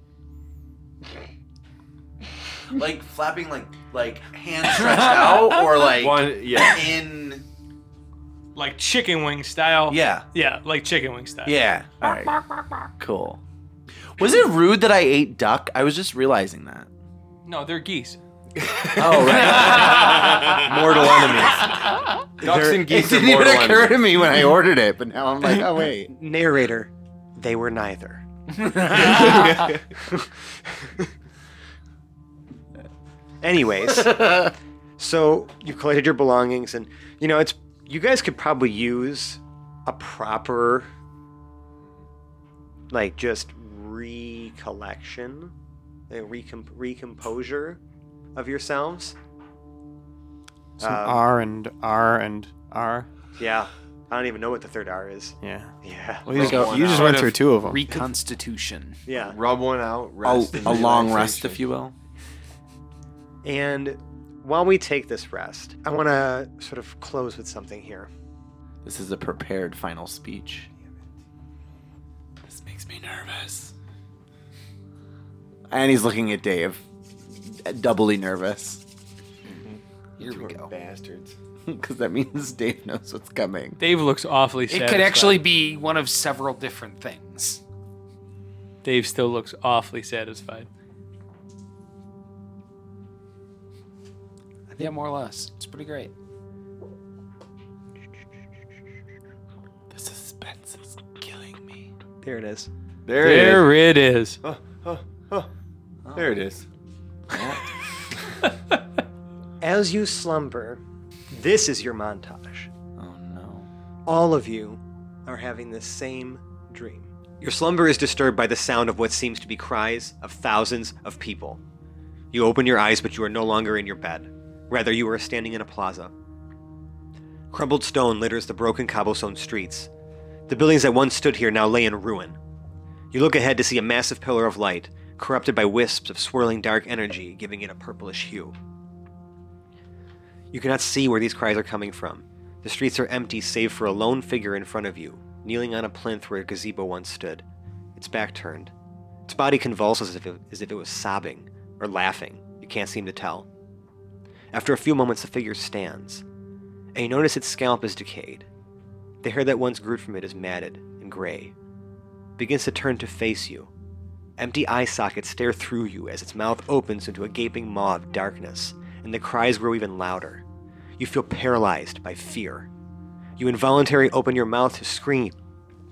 [SPEAKER 6] like flapping, like like hand stretched out, or like
[SPEAKER 9] one, yeah.
[SPEAKER 6] in.
[SPEAKER 2] Like chicken wing style.
[SPEAKER 6] Yeah.
[SPEAKER 2] Yeah, like chicken wing style.
[SPEAKER 6] Yeah. All right. Cool. Was it rude that I ate duck? I was just realizing that.
[SPEAKER 2] No, they're geese.
[SPEAKER 6] Oh, right.
[SPEAKER 8] Mortal enemies. Ducks and
[SPEAKER 9] It
[SPEAKER 8] geese are
[SPEAKER 9] didn't even
[SPEAKER 8] mortal
[SPEAKER 9] occur to
[SPEAKER 8] enemies.
[SPEAKER 9] me when I ordered it, but now I'm like, oh wait.
[SPEAKER 3] Narrator, they were neither. Anyways, so you've collected your belongings, and you know it's you guys could probably use a proper, like just recollection, a recomp- recomposure of yourselves.
[SPEAKER 7] Some
[SPEAKER 3] Um,
[SPEAKER 7] R and R and R.
[SPEAKER 3] Yeah, I don't even know what the third R is.
[SPEAKER 7] Yeah.
[SPEAKER 3] Yeah,
[SPEAKER 7] Well, you just,
[SPEAKER 8] Go on,
[SPEAKER 7] you just
[SPEAKER 8] out
[SPEAKER 7] went
[SPEAKER 8] of
[SPEAKER 7] through two of them.
[SPEAKER 1] Reconstitution.
[SPEAKER 3] yeah.
[SPEAKER 8] Rub one out.
[SPEAKER 6] oh,
[SPEAKER 8] Rest and
[SPEAKER 6] a long rest,
[SPEAKER 8] relaxation.
[SPEAKER 6] if you will.
[SPEAKER 3] And while we take this rest, I want to sort of close with something here.
[SPEAKER 6] This is a prepared final speech. This makes me nervous. And he's looking at Dave, doubly nervous. Mm-hmm. Here we go.
[SPEAKER 8] Bastards.
[SPEAKER 6] Because that means Dave knows what's coming.
[SPEAKER 2] Dave looks awfully sad.
[SPEAKER 1] It could actually be one of several different things.
[SPEAKER 2] Dave still looks awfully satisfied.
[SPEAKER 1] Yeah, more or less. It's pretty great.
[SPEAKER 6] The suspense is killing me.
[SPEAKER 3] There it is.
[SPEAKER 8] There it is.
[SPEAKER 2] There it is.
[SPEAKER 8] There it is.
[SPEAKER 3] As you slumber, this is your montage.
[SPEAKER 6] Oh no.
[SPEAKER 3] All of you are having the same dream. Your slumber is disturbed by the sound of what seems to be cries of thousands of people. You open your eyes, but you are no longer in your bed. Rather, you are standing in a plaza. Crumbled stone litters the broken cobblestone streets. The buildings that once stood here now lay in ruin. You look ahead to see a massive pillar of light, corrupted by wisps of swirling dark energy, giving it a purplish hue. You cannot see where these cries are coming from. The streets are empty save for a lone figure in front of you, kneeling on a plinth where a gazebo once stood, its back turned. Its body convulses as if it, as if it was sobbing or laughing. You can't seem to tell. After a few moments, the figure stands, and you notice its scalp is decayed. The hair that once grew from it is matted and gray. It begins to turn to face you. Empty eye sockets stare through you as its mouth opens into a gaping maw of darkness, and the cries grow even louder. You feel paralyzed by fear. You involuntarily open your mouth to scream,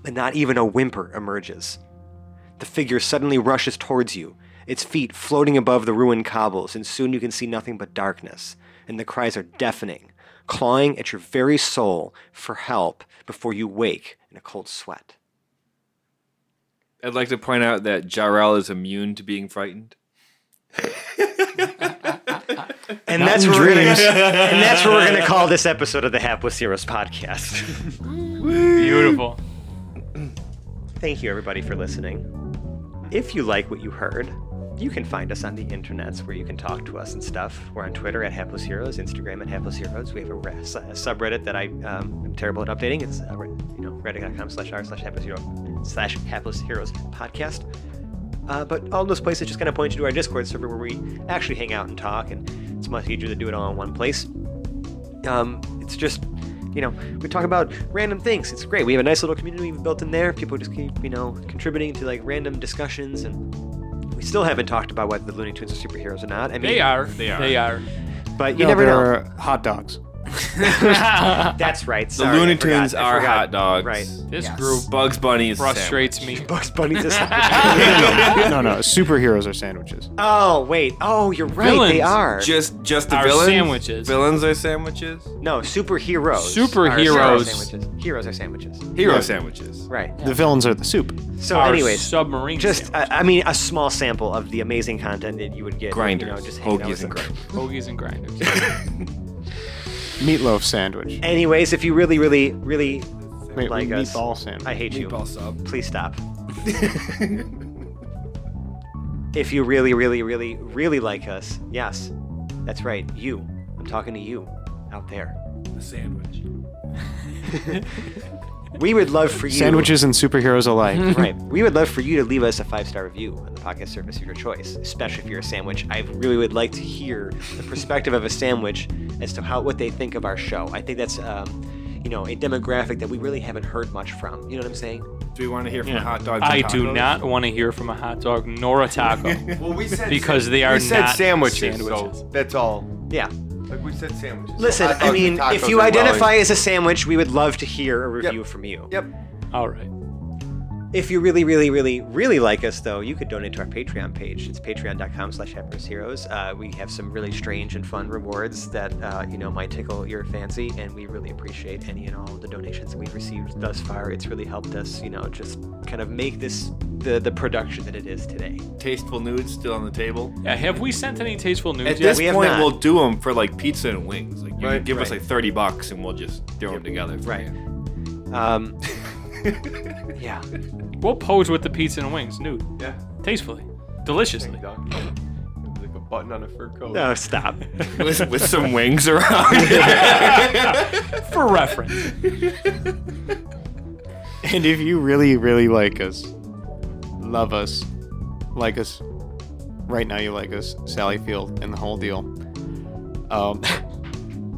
[SPEAKER 3] but not even a whimper emerges. The figure suddenly rushes towards you, its feet floating above the ruined cobbles, and soon you can see nothing but darkness, and the cries are deafening, clawing at your very soul for help before you wake in a cold sweat.
[SPEAKER 9] I'd like to point out that Jarrell is immune to being frightened.
[SPEAKER 3] And that's where we're gonna, and that's where we're gonna call this episode of the Hap with Zeros podcast.
[SPEAKER 2] Beautiful.
[SPEAKER 3] Thank you, everybody, for listening. If you like what you heard, you can find us on the internets where you can talk to us and stuff. We're on Twitter at Hapless Heroes, Instagram at Hapless Heroes. We have a, re- s- a subreddit that I um, am terrible at updating. It's uh, re- you know reddit.com slash r slash hapless hero slash hapless heroes podcast. Uh, but all those places just kind of point you to our Discord server where we actually hang out and talk, and it's much easier to do it all in one place. Um, it's just, you know, we talk about random things. It's great. We have a nice little community we've built in there. People just keep, you know, contributing to like random discussions, and we still haven't talked about whether the Looney Tunes are superheroes or not. I mean,
[SPEAKER 2] They are. They are. They are.
[SPEAKER 3] but you
[SPEAKER 7] No,
[SPEAKER 3] never know.
[SPEAKER 7] they're Hot dogs.
[SPEAKER 3] That's right.
[SPEAKER 9] The
[SPEAKER 3] Sorry,
[SPEAKER 9] Looney
[SPEAKER 3] I forgot.
[SPEAKER 9] Tunes
[SPEAKER 3] I
[SPEAKER 9] are
[SPEAKER 3] forgot.
[SPEAKER 9] hot dogs.
[SPEAKER 3] Right.
[SPEAKER 2] This group
[SPEAKER 9] Bugs Bunny is a
[SPEAKER 2] frustrates me.
[SPEAKER 3] Bugs Bunny's a sandwich.
[SPEAKER 7] no, no. Superheroes are sandwiches.
[SPEAKER 3] Oh wait. Oh, you're right. They
[SPEAKER 2] Villains.
[SPEAKER 3] are.
[SPEAKER 9] sandwich. Just just the
[SPEAKER 2] Our
[SPEAKER 9] villains.
[SPEAKER 2] sandwiches.
[SPEAKER 9] Villains are sandwiches.
[SPEAKER 3] no, superheroes. Are
[SPEAKER 2] Superheroes.
[SPEAKER 3] sandwiches. Heroes are sandwiches.
[SPEAKER 9] Hero sandwiches.
[SPEAKER 3] Right.
[SPEAKER 7] The villains are the soup.
[SPEAKER 3] So,
[SPEAKER 2] Our
[SPEAKER 3] anyways,
[SPEAKER 2] submarine.
[SPEAKER 3] just
[SPEAKER 2] sandwich.
[SPEAKER 3] I, I mean a small sample of the amazing content that you would get.
[SPEAKER 9] Grinders.
[SPEAKER 3] You know, just hanging out with
[SPEAKER 9] Hoagies and
[SPEAKER 3] them.
[SPEAKER 9] grinders.
[SPEAKER 2] bogies and grinders.
[SPEAKER 7] Meatloaf sandwich.
[SPEAKER 3] Anyways, if you really, really, really
[SPEAKER 7] Wait,
[SPEAKER 3] like us,
[SPEAKER 7] meatball sandwich.
[SPEAKER 3] I hate you.
[SPEAKER 10] Meatball sub.
[SPEAKER 3] Please stop. if you really, really, really, really like us, yes, that's right. You. I'm talking to you out there.
[SPEAKER 9] The sandwich.
[SPEAKER 3] We would love for you.
[SPEAKER 7] Sandwiches and superheroes alike.
[SPEAKER 3] Right. We would love for you to leave us a five star review on the podcast service of your choice, especially if you're a sandwich. I really would like to hear the perspective of a sandwich as to how what they think of our show. I think that's, um, you know, a demographic that we really haven't heard much from. You know what I'm saying?
[SPEAKER 4] Do we want to hear from
[SPEAKER 7] Yeah.
[SPEAKER 4] hot dogs?
[SPEAKER 2] I
[SPEAKER 4] and
[SPEAKER 2] do
[SPEAKER 4] tacos?
[SPEAKER 2] not want to hear from a hot dog nor a taco
[SPEAKER 8] Well, we said
[SPEAKER 2] because they are
[SPEAKER 8] we said
[SPEAKER 2] not
[SPEAKER 8] sandwiches,
[SPEAKER 2] sandwiches.
[SPEAKER 8] so that's all.
[SPEAKER 3] Yeah.
[SPEAKER 8] Like we said, sandwiches.
[SPEAKER 3] Listen,
[SPEAKER 8] Hot dogs
[SPEAKER 3] I
[SPEAKER 8] and
[SPEAKER 3] mean,
[SPEAKER 8] tacos
[SPEAKER 3] if you
[SPEAKER 8] are
[SPEAKER 3] identify
[SPEAKER 8] well-
[SPEAKER 3] as a sandwich, we would love to hear a review from you.
[SPEAKER 8] yep,
[SPEAKER 2] All right.
[SPEAKER 3] If you really, really, really, really like us, though, you could donate to our Patreon page. It's patreon.com slash Emperor's Heroes. Uh, we have some really strange and fun rewards that, uh, you know, might tickle your fancy, and we really appreciate any and all of the donations that we've received thus far. It's really helped us, you know, just kind of make this the, the production that it is today.
[SPEAKER 4] Tasteful nudes still on the table.
[SPEAKER 2] Yeah, have we sent any tasteful news
[SPEAKER 4] At
[SPEAKER 2] yet?
[SPEAKER 4] this
[SPEAKER 3] we have
[SPEAKER 4] point,
[SPEAKER 3] not.
[SPEAKER 4] we'll do them for like pizza and wings. Like, you can give us
[SPEAKER 3] right.
[SPEAKER 4] like thirty bucks, and we'll just throw them together.
[SPEAKER 3] Right. Um, yeah.
[SPEAKER 2] We'll pose with the pizza and wings, nude,
[SPEAKER 8] Yeah.
[SPEAKER 2] tastefully, deliciously.
[SPEAKER 8] Ding dong. It was Like a button on a fur coat.
[SPEAKER 3] No, stop.
[SPEAKER 4] with, with some wings around.
[SPEAKER 2] For reference,
[SPEAKER 7] And if you really, really like us, love us, like us, right now you like us, Sally Field, and the whole deal, um,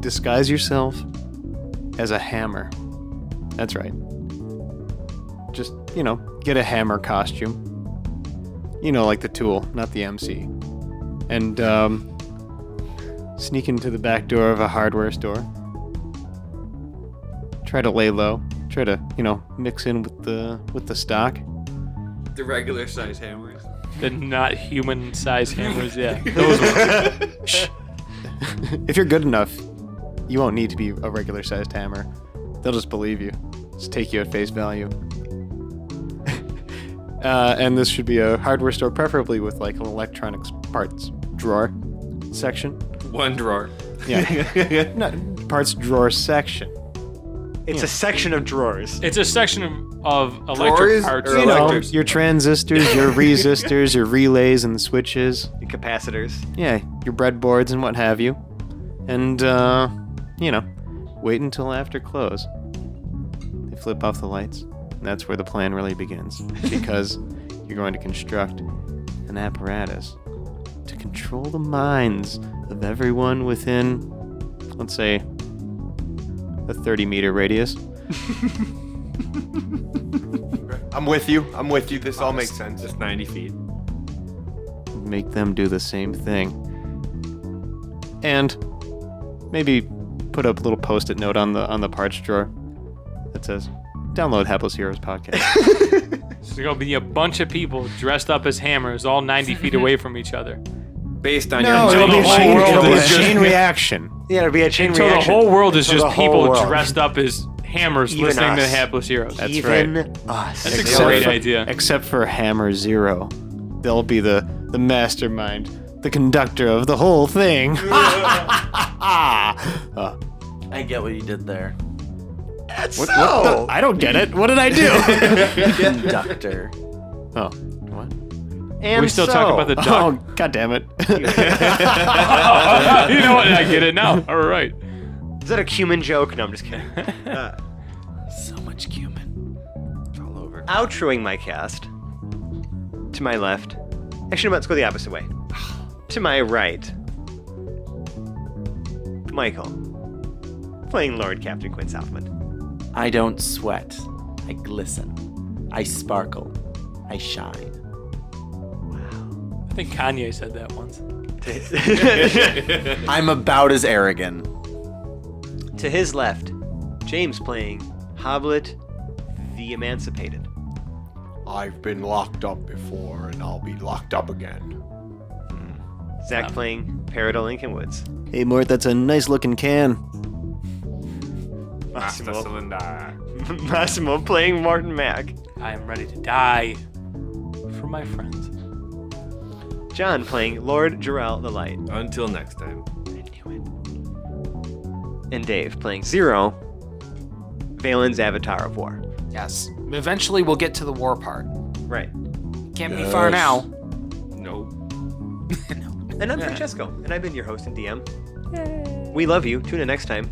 [SPEAKER 7] disguise yourself as a hammer. That's right. Just, you know, get a hammer costume. You know, like the tool, not the MC. And um, sneak into the back door of a hardware store try to lay low try to you know mix in with the with the stock
[SPEAKER 9] The regular size hammers.
[SPEAKER 2] the not human sized hammers, yeah.
[SPEAKER 7] if you're good enough you won't need to be a regular sized hammer they'll just believe you just take you at face value uh, and this should be a hardware store preferably with like an electronics parts drawer section
[SPEAKER 9] One drawer.
[SPEAKER 7] yeah no, parts drawer section
[SPEAKER 3] It's
[SPEAKER 7] Hmm.
[SPEAKER 3] a section of drawers.
[SPEAKER 2] It's a section of, of electric
[SPEAKER 8] Drawers
[SPEAKER 2] parts.
[SPEAKER 8] or
[SPEAKER 7] you know
[SPEAKER 8] electrics.
[SPEAKER 7] your transistors your resistors your relays and switches
[SPEAKER 3] Capacitors.
[SPEAKER 7] yeah, your breadboards and what have you. And, uh, you know, wait until after close. They flip off the lights. And that's where the plan really begins. Because you're going to construct an apparatus to control the minds of everyone within, let's say, a 30 meter radius.
[SPEAKER 8] I'm with you. I'm with you. This all makes sense.
[SPEAKER 9] Just 90 feet.
[SPEAKER 7] make them do the same thing. And maybe put up a little post-it note on the on the parts drawer that says download Hapless Heroes podcast.
[SPEAKER 2] There's gonna be a bunch of people dressed up as hammers, all 90 feet away from each other.
[SPEAKER 9] Based on
[SPEAKER 5] Oh,
[SPEAKER 9] your
[SPEAKER 2] it'll
[SPEAKER 7] it'll
[SPEAKER 2] be
[SPEAKER 7] be
[SPEAKER 2] a chain- it'll be a
[SPEAKER 7] a chain reaction.
[SPEAKER 3] Yeah, it'd be a chain
[SPEAKER 2] So the
[SPEAKER 3] reaction.
[SPEAKER 2] whole world is
[SPEAKER 3] Until
[SPEAKER 2] just
[SPEAKER 3] the whole
[SPEAKER 2] people
[SPEAKER 3] world.
[SPEAKER 2] dressed up as hammers
[SPEAKER 3] Even
[SPEAKER 2] listening to
[SPEAKER 3] us.
[SPEAKER 2] Hapless Heroes. That's
[SPEAKER 3] Even us.
[SPEAKER 2] That's a
[SPEAKER 7] Except
[SPEAKER 2] great
[SPEAKER 7] for-
[SPEAKER 2] idea.
[SPEAKER 7] Except for Hammer Zero. They'll be the the mastermind, the conductor of the whole thing. Uh,
[SPEAKER 6] I get what you did there.
[SPEAKER 7] what, what the- I don't get it. What did I do?
[SPEAKER 6] Conductor.
[SPEAKER 7] oh, what?
[SPEAKER 3] And
[SPEAKER 2] we still
[SPEAKER 3] so,
[SPEAKER 2] talk about the duck.
[SPEAKER 7] Oh, god damn it.
[SPEAKER 2] you know what? I get it now. All right.
[SPEAKER 3] Is that a cumin joke? No, I'm just kidding.
[SPEAKER 6] So much cumin. It's all over.
[SPEAKER 3] Outroing my cast. To my left. Actually, no, let's go the opposite way. To my right. Michael. Playing Lord Captain Quinn Southwood.
[SPEAKER 6] I don't sweat. I glisten. I sparkle. I shine.
[SPEAKER 2] I think Kanye said that once.
[SPEAKER 6] I'm about as arrogant.
[SPEAKER 3] To his left. James playing Hoblet the Emancipated.
[SPEAKER 8] I've been locked up before, and I'll be locked up again.
[SPEAKER 3] Zach playing Peridot Lincoln Woods.
[SPEAKER 5] Hey, Mort, that's a nice looking can.
[SPEAKER 9] Master
[SPEAKER 3] Massimo,
[SPEAKER 9] cylinder.
[SPEAKER 3] Massimo playing Martin Mack.
[SPEAKER 2] I am ready to die for my friends.
[SPEAKER 3] John playing Lord Jarrell the Light.
[SPEAKER 9] Until next time.
[SPEAKER 3] And Dave playing Zero. Valen's Avatar of War.
[SPEAKER 1] Yes. Eventually, we'll get to the war part.
[SPEAKER 3] Right.
[SPEAKER 1] Can't be far now.
[SPEAKER 9] Nope.
[SPEAKER 3] And I'm Francesco, and I've been your host and DM. We love you. Tune in next time.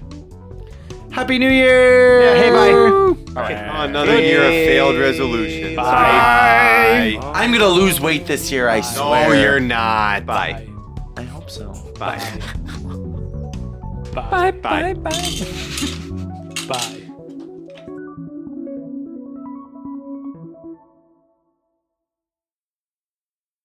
[SPEAKER 6] Happy New Year!
[SPEAKER 3] hey, bye.
[SPEAKER 8] Another year of failed resolutions.
[SPEAKER 9] Bye.
[SPEAKER 6] I'm gonna lose weight this year, I swear.
[SPEAKER 8] No, you're not. Bye.
[SPEAKER 3] Bye.
[SPEAKER 6] I hope so.
[SPEAKER 3] Bye.
[SPEAKER 2] Bye. Bye. Bye. Bye. Bye.